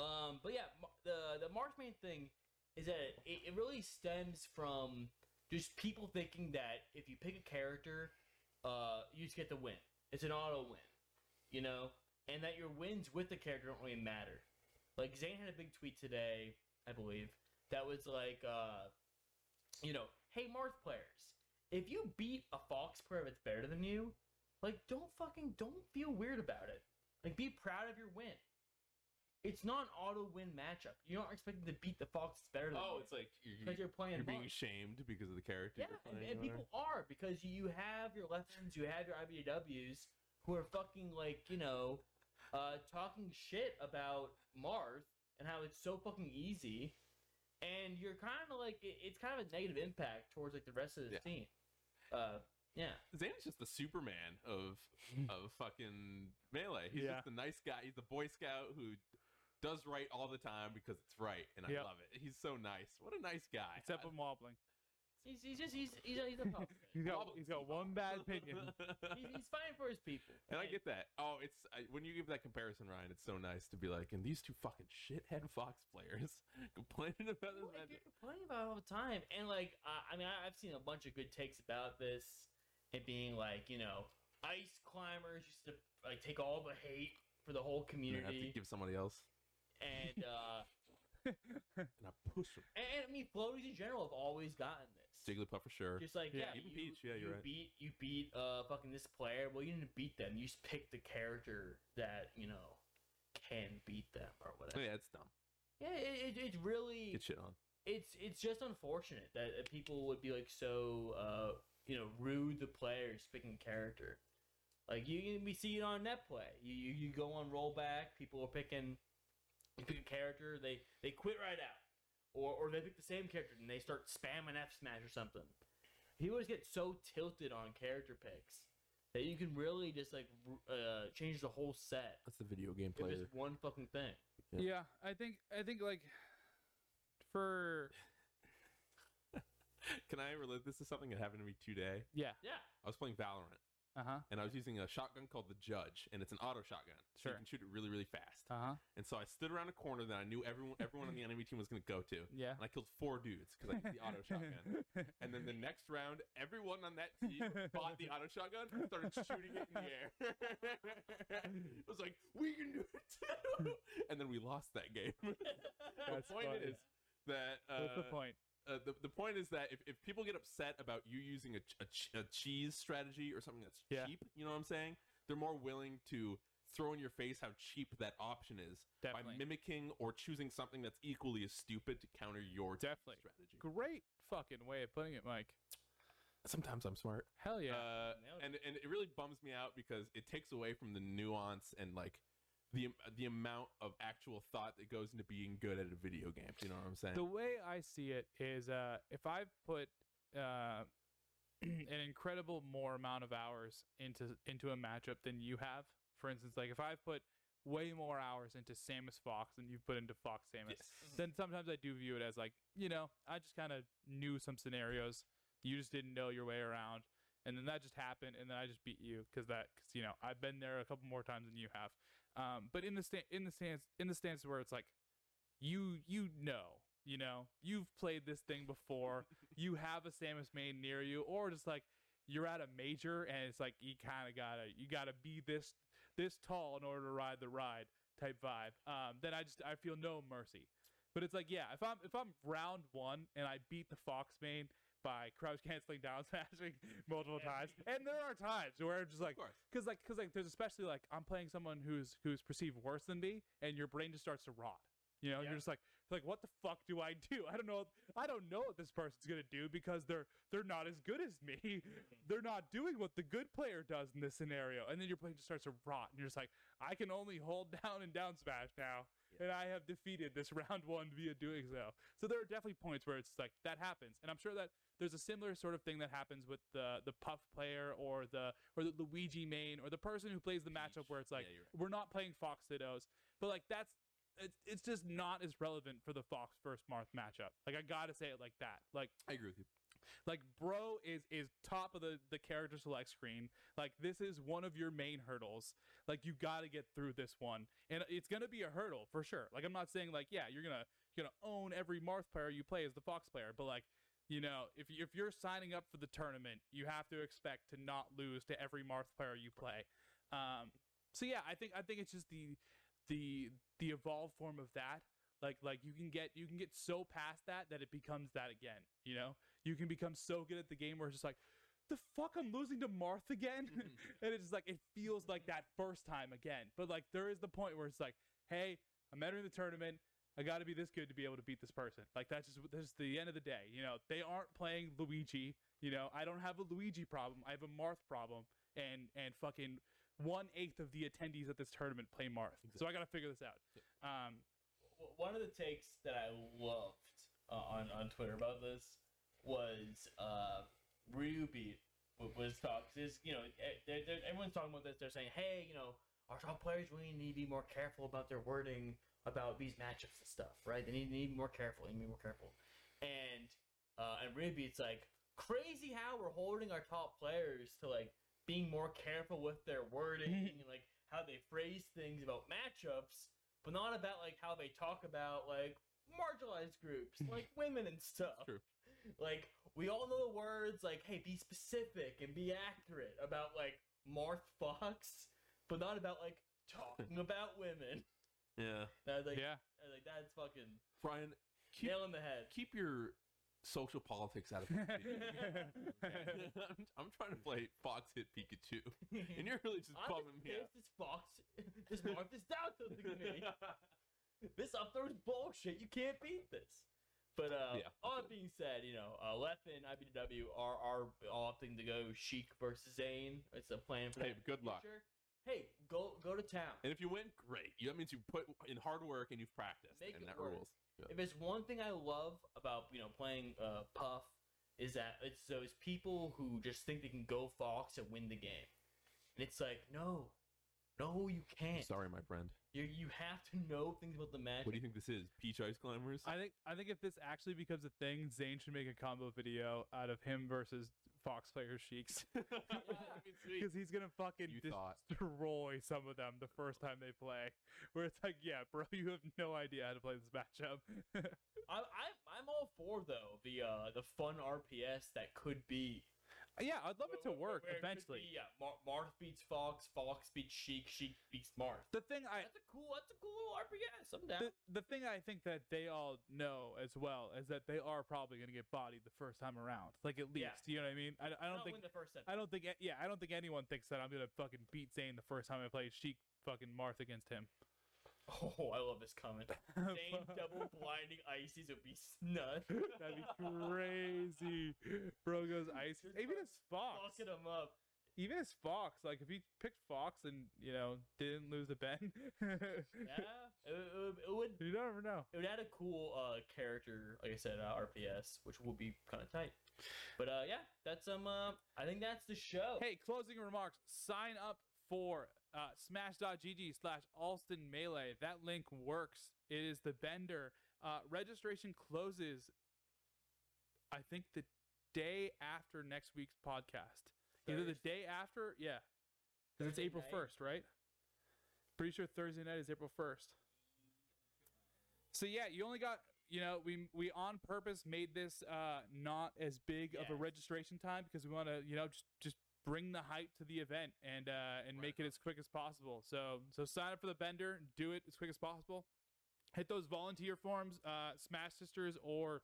D: um, but yeah, ma- the the marksman thing is that it, it really stems from just people thinking that if you pick a character, uh, you just get the win. It's an auto win, you know, and that your wins with the character don't really matter. Like Zane had a big tweet today, I believe, that was like, uh, you know, hey Marth players, if you beat a Fox player that's better than you, like don't fucking don't feel weird about it. Like be proud of your win. It's not an auto win matchup. You aren't expected to beat the Fox that's better than you.
A: Oh, it's like you're,
D: because
A: you're,
D: you're playing
A: you're being
D: Marth.
A: shamed because of the character.
D: Yeah,
A: you're
D: and,
A: playing
D: and
A: or
D: people are because you have your lefths, you have your IBWs who are fucking like you know, uh, talking shit about Marth and how it's so fucking easy, and you're kind of like it, it's kind of a negative impact towards like the rest of the
A: Yeah.
D: team. Uh, yeah,
A: whatever. Zane's just the Superman of of fucking melee. He's
B: Yeah.
A: just the nice guy. He's the Boy Scout who does right all the time because it's right, and I
B: Yep.
A: love it. He's so nice. What a nice guy.
B: Except
A: I-
B: when wobbling.
D: he's, he's just he's he's a, he's a puppet.
B: He's got
A: Wobbling.
B: he's got one bad opinion.
D: he's, he's fighting for his people.
A: And I get that. Oh, it's I, when you give that comparison, Ryan. It's so nice to be like, and these two fucking shithead Fox players complaining about this.
D: Well, if
A: magic."
D: you're complaining about it all the time, and like, I I mean, I, I've seen a bunch of good takes about this, it being like, you know, ice climbers used to like take all the hate for the whole
A: You know, I have to
D: community,
A: give somebody else
D: and uh,
A: and I push them.
D: and, and I mean, floaties in general have always gotten this.
A: Jigglypuff for sure.
D: Just like yeah,
B: Yeah,
A: even
D: you,
A: Peach, yeah,
D: you
A: you're right.
D: beat you beat uh fucking this player. Well, you didn't beat them. You just picked the character that you know can beat them or
A: Oh,
D: whatever.
A: yeah, it's dumb.
D: Yeah, it, it, it's really
A: Get shit on.
D: it's it's just unfortunate that uh, people would be like so uh you know rude to players picking character. Like you you- we see it on net play. You you, you go on rollback. People are picking you pick a character. They they quit right out, or or they pick the same character and they start spamming F smash or something. People just get so tilted on character picks that you can really just like r- uh change the whole set
A: That's the video game
D: with
A: player.
D: just one fucking thing.
A: Yeah.
B: Yeah, I think I think like for
A: Can I relate this to something that happened to me today?
B: yeah,
D: Yeah,
A: I was playing Valorant
B: uh huh,
A: and I was using a shotgun called the Judge, and it's an auto shotgun, so you
B: Sure.
A: can shoot it really, really fast.
B: uh huh,
A: And so I stood around a corner that I knew everyone, everyone on the enemy team was going to go to, and
B: yeah.
A: I killed four dudes because I used the auto shotgun. And then the
B: Mm-hmm.
A: next round, everyone on that team bought the auto shotgun and started shooting it in the air. it was like, we can do it too. And then we lost that game. the
B: That's
A: point
B: funny.
A: is that uh,
B: What's the point?
A: uh, the, the point is that if, if people get upset about you using a, ch- a, ch- a cheese strategy or something that's
B: Yeah.
A: cheap, you know what I'm saying? They're more willing to throw in your face how cheap that option is by
B: Definitely,
A: mimicking or choosing something that's equally as stupid to counter your cheap
B: Definitely.
A: strategy.
B: great fucking way of putting it, Mike.
A: Sometimes I'm smart.
B: Hell yeah.
A: Uh,
D: Nailed it.
A: and and it really bums me out because it takes away from the nuance and like the the amount of actual thought that goes into being good at a video game. You know what I'm saying?
B: the way I see it is uh, if I've put uh, an incredible more amount of hours into into a matchup than you have, for instance, like if I've put way more hours into Samus Fox than you've put into Fox Samus,
A: Yes.
B: then sometimes I do view it as like, you know, I just kind of knew some scenarios. You just didn't know your way around. And then that just happened, and then I just beat you because that, because you know, I've been there a couple more times than you have. Um, but in the sta- in the stance, in the stance where it's like, you you know, you know, you've played this thing before. you have a Samus main near you, or just like you're at a major, and it's like you kind of gotta you gotta be this this tall in order to ride the ride type vibe. Um, then I just I feel no mercy. But it's like, yeah, if I'm if I'm round one and I beat the Fox main by crouch canceling down smashing multiple
D: Yeah.
B: times, and there are times where I'm just
A: Of
B: like,
A: course.
B: because like because like there's especially like I'm playing someone who's who's perceived worse than me, and your brain just starts to rot. You know,
D: Yeah.
B: you're just like like what the fuck do I do? I don't know. I don't know what this person's gonna do because they're they're not as good as me. They're not doing what the good player does in this scenario. And then your brain just starts to rot, and you're just like, I can only hold down and down smash now. And I have defeated this round one via doing so. So there are definitely points where it's like that happens, and I'm sure that there's a similar sort of thing that happens with the the puff player or the or the Luigi main or the person who plays the matchup
A: Peach.
B: where it's like
A: Yeah, you're right.
B: we're not playing Fox Dittos, but like that's it's, it's just not as relevant for the Fox first Marth matchup. Like I gotta say it like that. Like
A: I agree with you.
B: Like bro is is top of the the character select screen. Like this is one of your main hurdles. Like you got to get through this one, and it's gonna be a hurdle for sure. Like I'm not saying like yeah you're gonna you're gonna own every Marth player you play as the Fox player, but like you know if you, if you're signing up for the tournament, you have to expect to not lose to every Marth player you play. Um, so yeah, I think I think it's just the the the evolved form of that. Like like you can get you can get so past that that it becomes that again. You know, you can become so good at the game where it's just like, the fuck I'm losing to Marth again, and it's just like it feels like that first time again. But like there is the point where it's like, hey, I'm entering the tournament. I got to be this good to be able to beat this person. Like that's just that's the end of the day. You know, they aren't playing Luigi. You know, I don't have a Luigi problem. I have a Marth problem, and and fucking one eighth of the attendees at this tournament play Marth. So I got to figure this out. Um,
D: w- one of the takes that I loved uh, on on Twitter about this was uh, Ruby w- was talks is you know e- they're, they're, everyone's talking about this. They're saying, hey, you know, our top players we need to be more careful about their wording about these matchups and stuff, right? They need, need to be more careful. They need to be more careful. And uh, and Ruby, it's like crazy how we're holding our top players to like being more careful with their wording and like how they phrase things about matchups, but not about like how they talk about like marginalized groups, like women and stuff.
A: true.
D: Like we all know the words like hey, be specific and be accurate about like Marth Fox, but not about like talking about women.
A: Yeah.
D: And I was like,
B: yeah.
D: I was like that's fucking
A: Brian, keep,
D: nail in the head.
A: keep your social politics out of it. I'm, I'm trying to play Fox Hit Pikachu, and you're really just
D: I'm
A: bumming
D: just
A: me out.
D: pissed this fox, this Marth is down to me. This up throw's bullshit. You can't beat this. But uh,
A: Yeah.
D: all that being said, you know, uh, Leffen, IBW are, are all opting to go Sheik versus Zane. It's a plan for
A: Hey,
D: that in
A: good
D: the
A: luck.
D: future. Hey, go go to town.
A: And if you win, great. You- That means you put in hard work and you've practiced,
D: Make
A: and
D: it
A: that
D: work.
A: rules. Yeah.
D: If there's one thing I love about you know playing uh, Puff is that it's those people who just think they can go Fox and win the game, and it's like no, no, you
A: I'm
D: can't.
A: sorry, my friend.
D: You you have to know things about the match.
A: What do you think this is? Peach Ice Climbers?
B: I think I think if this actually becomes a thing, Zane should make a combo video out of him versus Fox player Sheiks because he's gonna fucking
A: You thought.
B: destroy some of them the first time they play. Where it's like, yeah, bro, you have no idea how to play this matchup.
D: I, I I'm all for though the uh the fun RTS that could be.
B: yeah, I'd love it to work
D: where- where- where it could
B: eventually.
D: be, yeah, Mar- Marth beats Fox, Fox beats Sheik, Sheik beats Marth.
B: The thing I
D: That's a cool. That's a cool little RTS. I'm down.
B: the, the thing I think that they all know as well is that they are probably going to get bodied the first time around. Like at least,
D: Yeah.
B: you know what I mean? I, I don't
D: Not
B: think
D: win the first set.
B: I don't think yeah, I don't think anyone thinks that I'm going to fucking beat Zane the first time I play Sheik fucking Marth against him.
D: Oh, I love this comment. Same double blinding ices would be nuts.
B: That'd be crazy. Bro goes ice.
D: Just
B: Even as Fox.
D: Fucking them up.
B: Even as Fox. Like if he picked Fox and, you know, didn't lose to Ben.
D: Yeah, it, it, it would.
B: you never know.
D: It would add a cool uh character, like I said, uh, RPS, which would be kind of tight. But uh, yeah, that's um, uh, I think that's the show.
B: Hey, closing remarks. Sign up for uh, smash.gg slash Alston Melee. That link works. It is the bender. Uh, registration closes, I think, the day after next week's podcast. Either the
D: Thursday.
B: day after, yeah. 'Cause it's
D: Thursday
B: April
D: night.
B: 1st, right? Pretty sure Thursday night is April 1st. So yeah, you only got you know we we on purpose made this uh not as big of a
D: Yes.
B: registration time because we want to you know just just bring the hype to the event and uh and make it as quick as possible. So so sign up for the bender, do it as quick as possible. Hit those volunteer forms, uh Smash Sisters or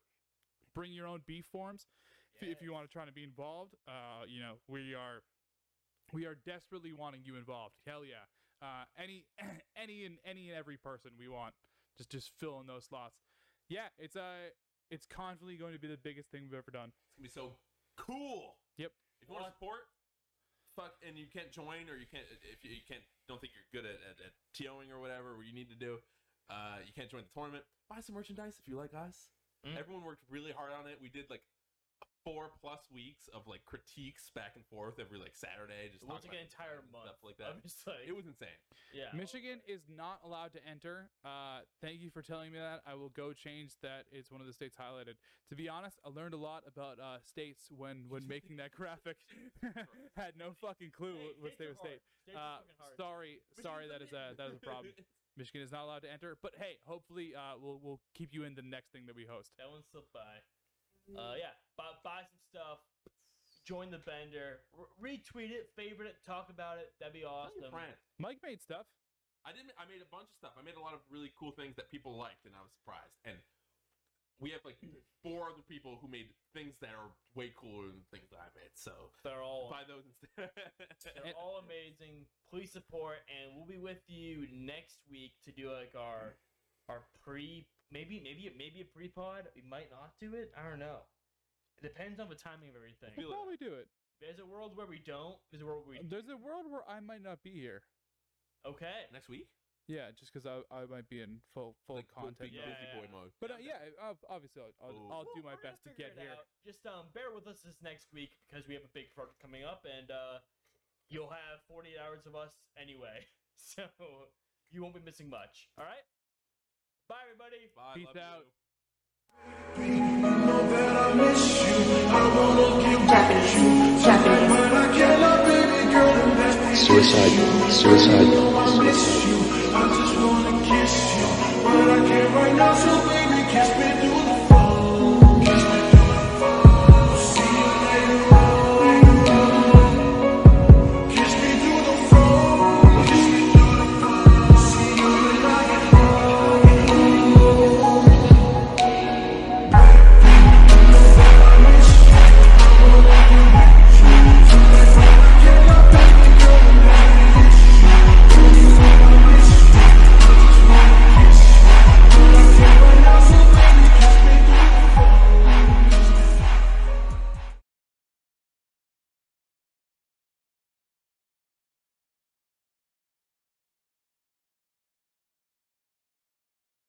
B: bring your own beef forms if, if you want to try to be involved. Uh you know, we are we are desperately wanting you involved. Hell yeah. Uh any any and any and every person we want just just fill in those slots. Yeah, it's uh it's confidently going to be the biggest thing we've ever done.
A: It's gonna be so cool.
B: Yep.
A: If you want to support, fuck, and you can't join or you can't if you, you can't don't think you're good at at, at TOing or whatever what you need to do, uh, you can't join the tournament. Buy some merchandise if you like us.
D: Mm.
A: Everyone worked really hard on it. We did like four plus weeks of like critiques back and forth every like Saturday. Just
D: It was
A: talking
D: like an
A: about
D: entire
A: design and
D: month.
A: stuff like that.
D: I'm just like,
A: It was insane.
D: yeah.
B: Michigan is not allowed to enter. Uh, thank you for telling me that. I will go change that. It's one of the states highlighted. To be honest, I learned a lot about uh, states when when making that graphic. Had no fucking clue
D: Hey,
B: what, what
D: states
B: state
D: are
B: was state. Uh,
D: hard. States are fucking hard.
B: sorry, sorry, that is a that is a problem. Michigan is not allowed to enter, but hey, hopefully uh, we'll we'll keep you in the next thing that we host.
D: That one slipped by. Uh, yeah, buy, buy some stuff. Join the bender. Re- retweet it, favorite it, talk about it. That'd be
A: Tell
D: awesome.
A: your friends.
B: Mike made stuff.
A: I did. I made a bunch of stuff. I made a lot of really cool things that people liked, and I was surprised. And we have like four other people who made things that are way cooler than things that I made. So
D: They're all
A: buy those instead.
D: they're all amazing. Please support, and we'll be with you next week to do like our our pre maybe maybe maybe a pre pod. We might not do it. I don't know. It depends on the timing of everything.
B: We'll
A: Feel it.
B: probably do it.
D: There's a world where we don't. There's a world where we
B: There's a world where I might not be here.
D: okay.
A: Next week,
B: Yeah, just because I, I might be in full full
A: like bu-
B: content.
A: big
D: Yeah,
A: busy
D: yeah.
A: boy mode.
B: But uh, yeah, I'll, obviously I'll, I'll,
A: Ooh.
B: I'll do
D: Well,
B: my
D: we're gonna
B: best to
D: figure
B: get
D: it
B: here.
D: out. Just um, bear with us this next week because we have a big project coming up, and uh, you'll have 48 hours of us anyway, so you won't be missing much. All right, bye everybody.
A: Bye,
B: Peace
A: love you.
B: out.
F: Know that I miss you. I wanna get back at you. But I cannot, baby girl, and that's the
G: Suicide.
F: issue.
G: Suicide.
F: I know I miss you. I just wanna kiss you. But I can't right now, so baby, kiss me through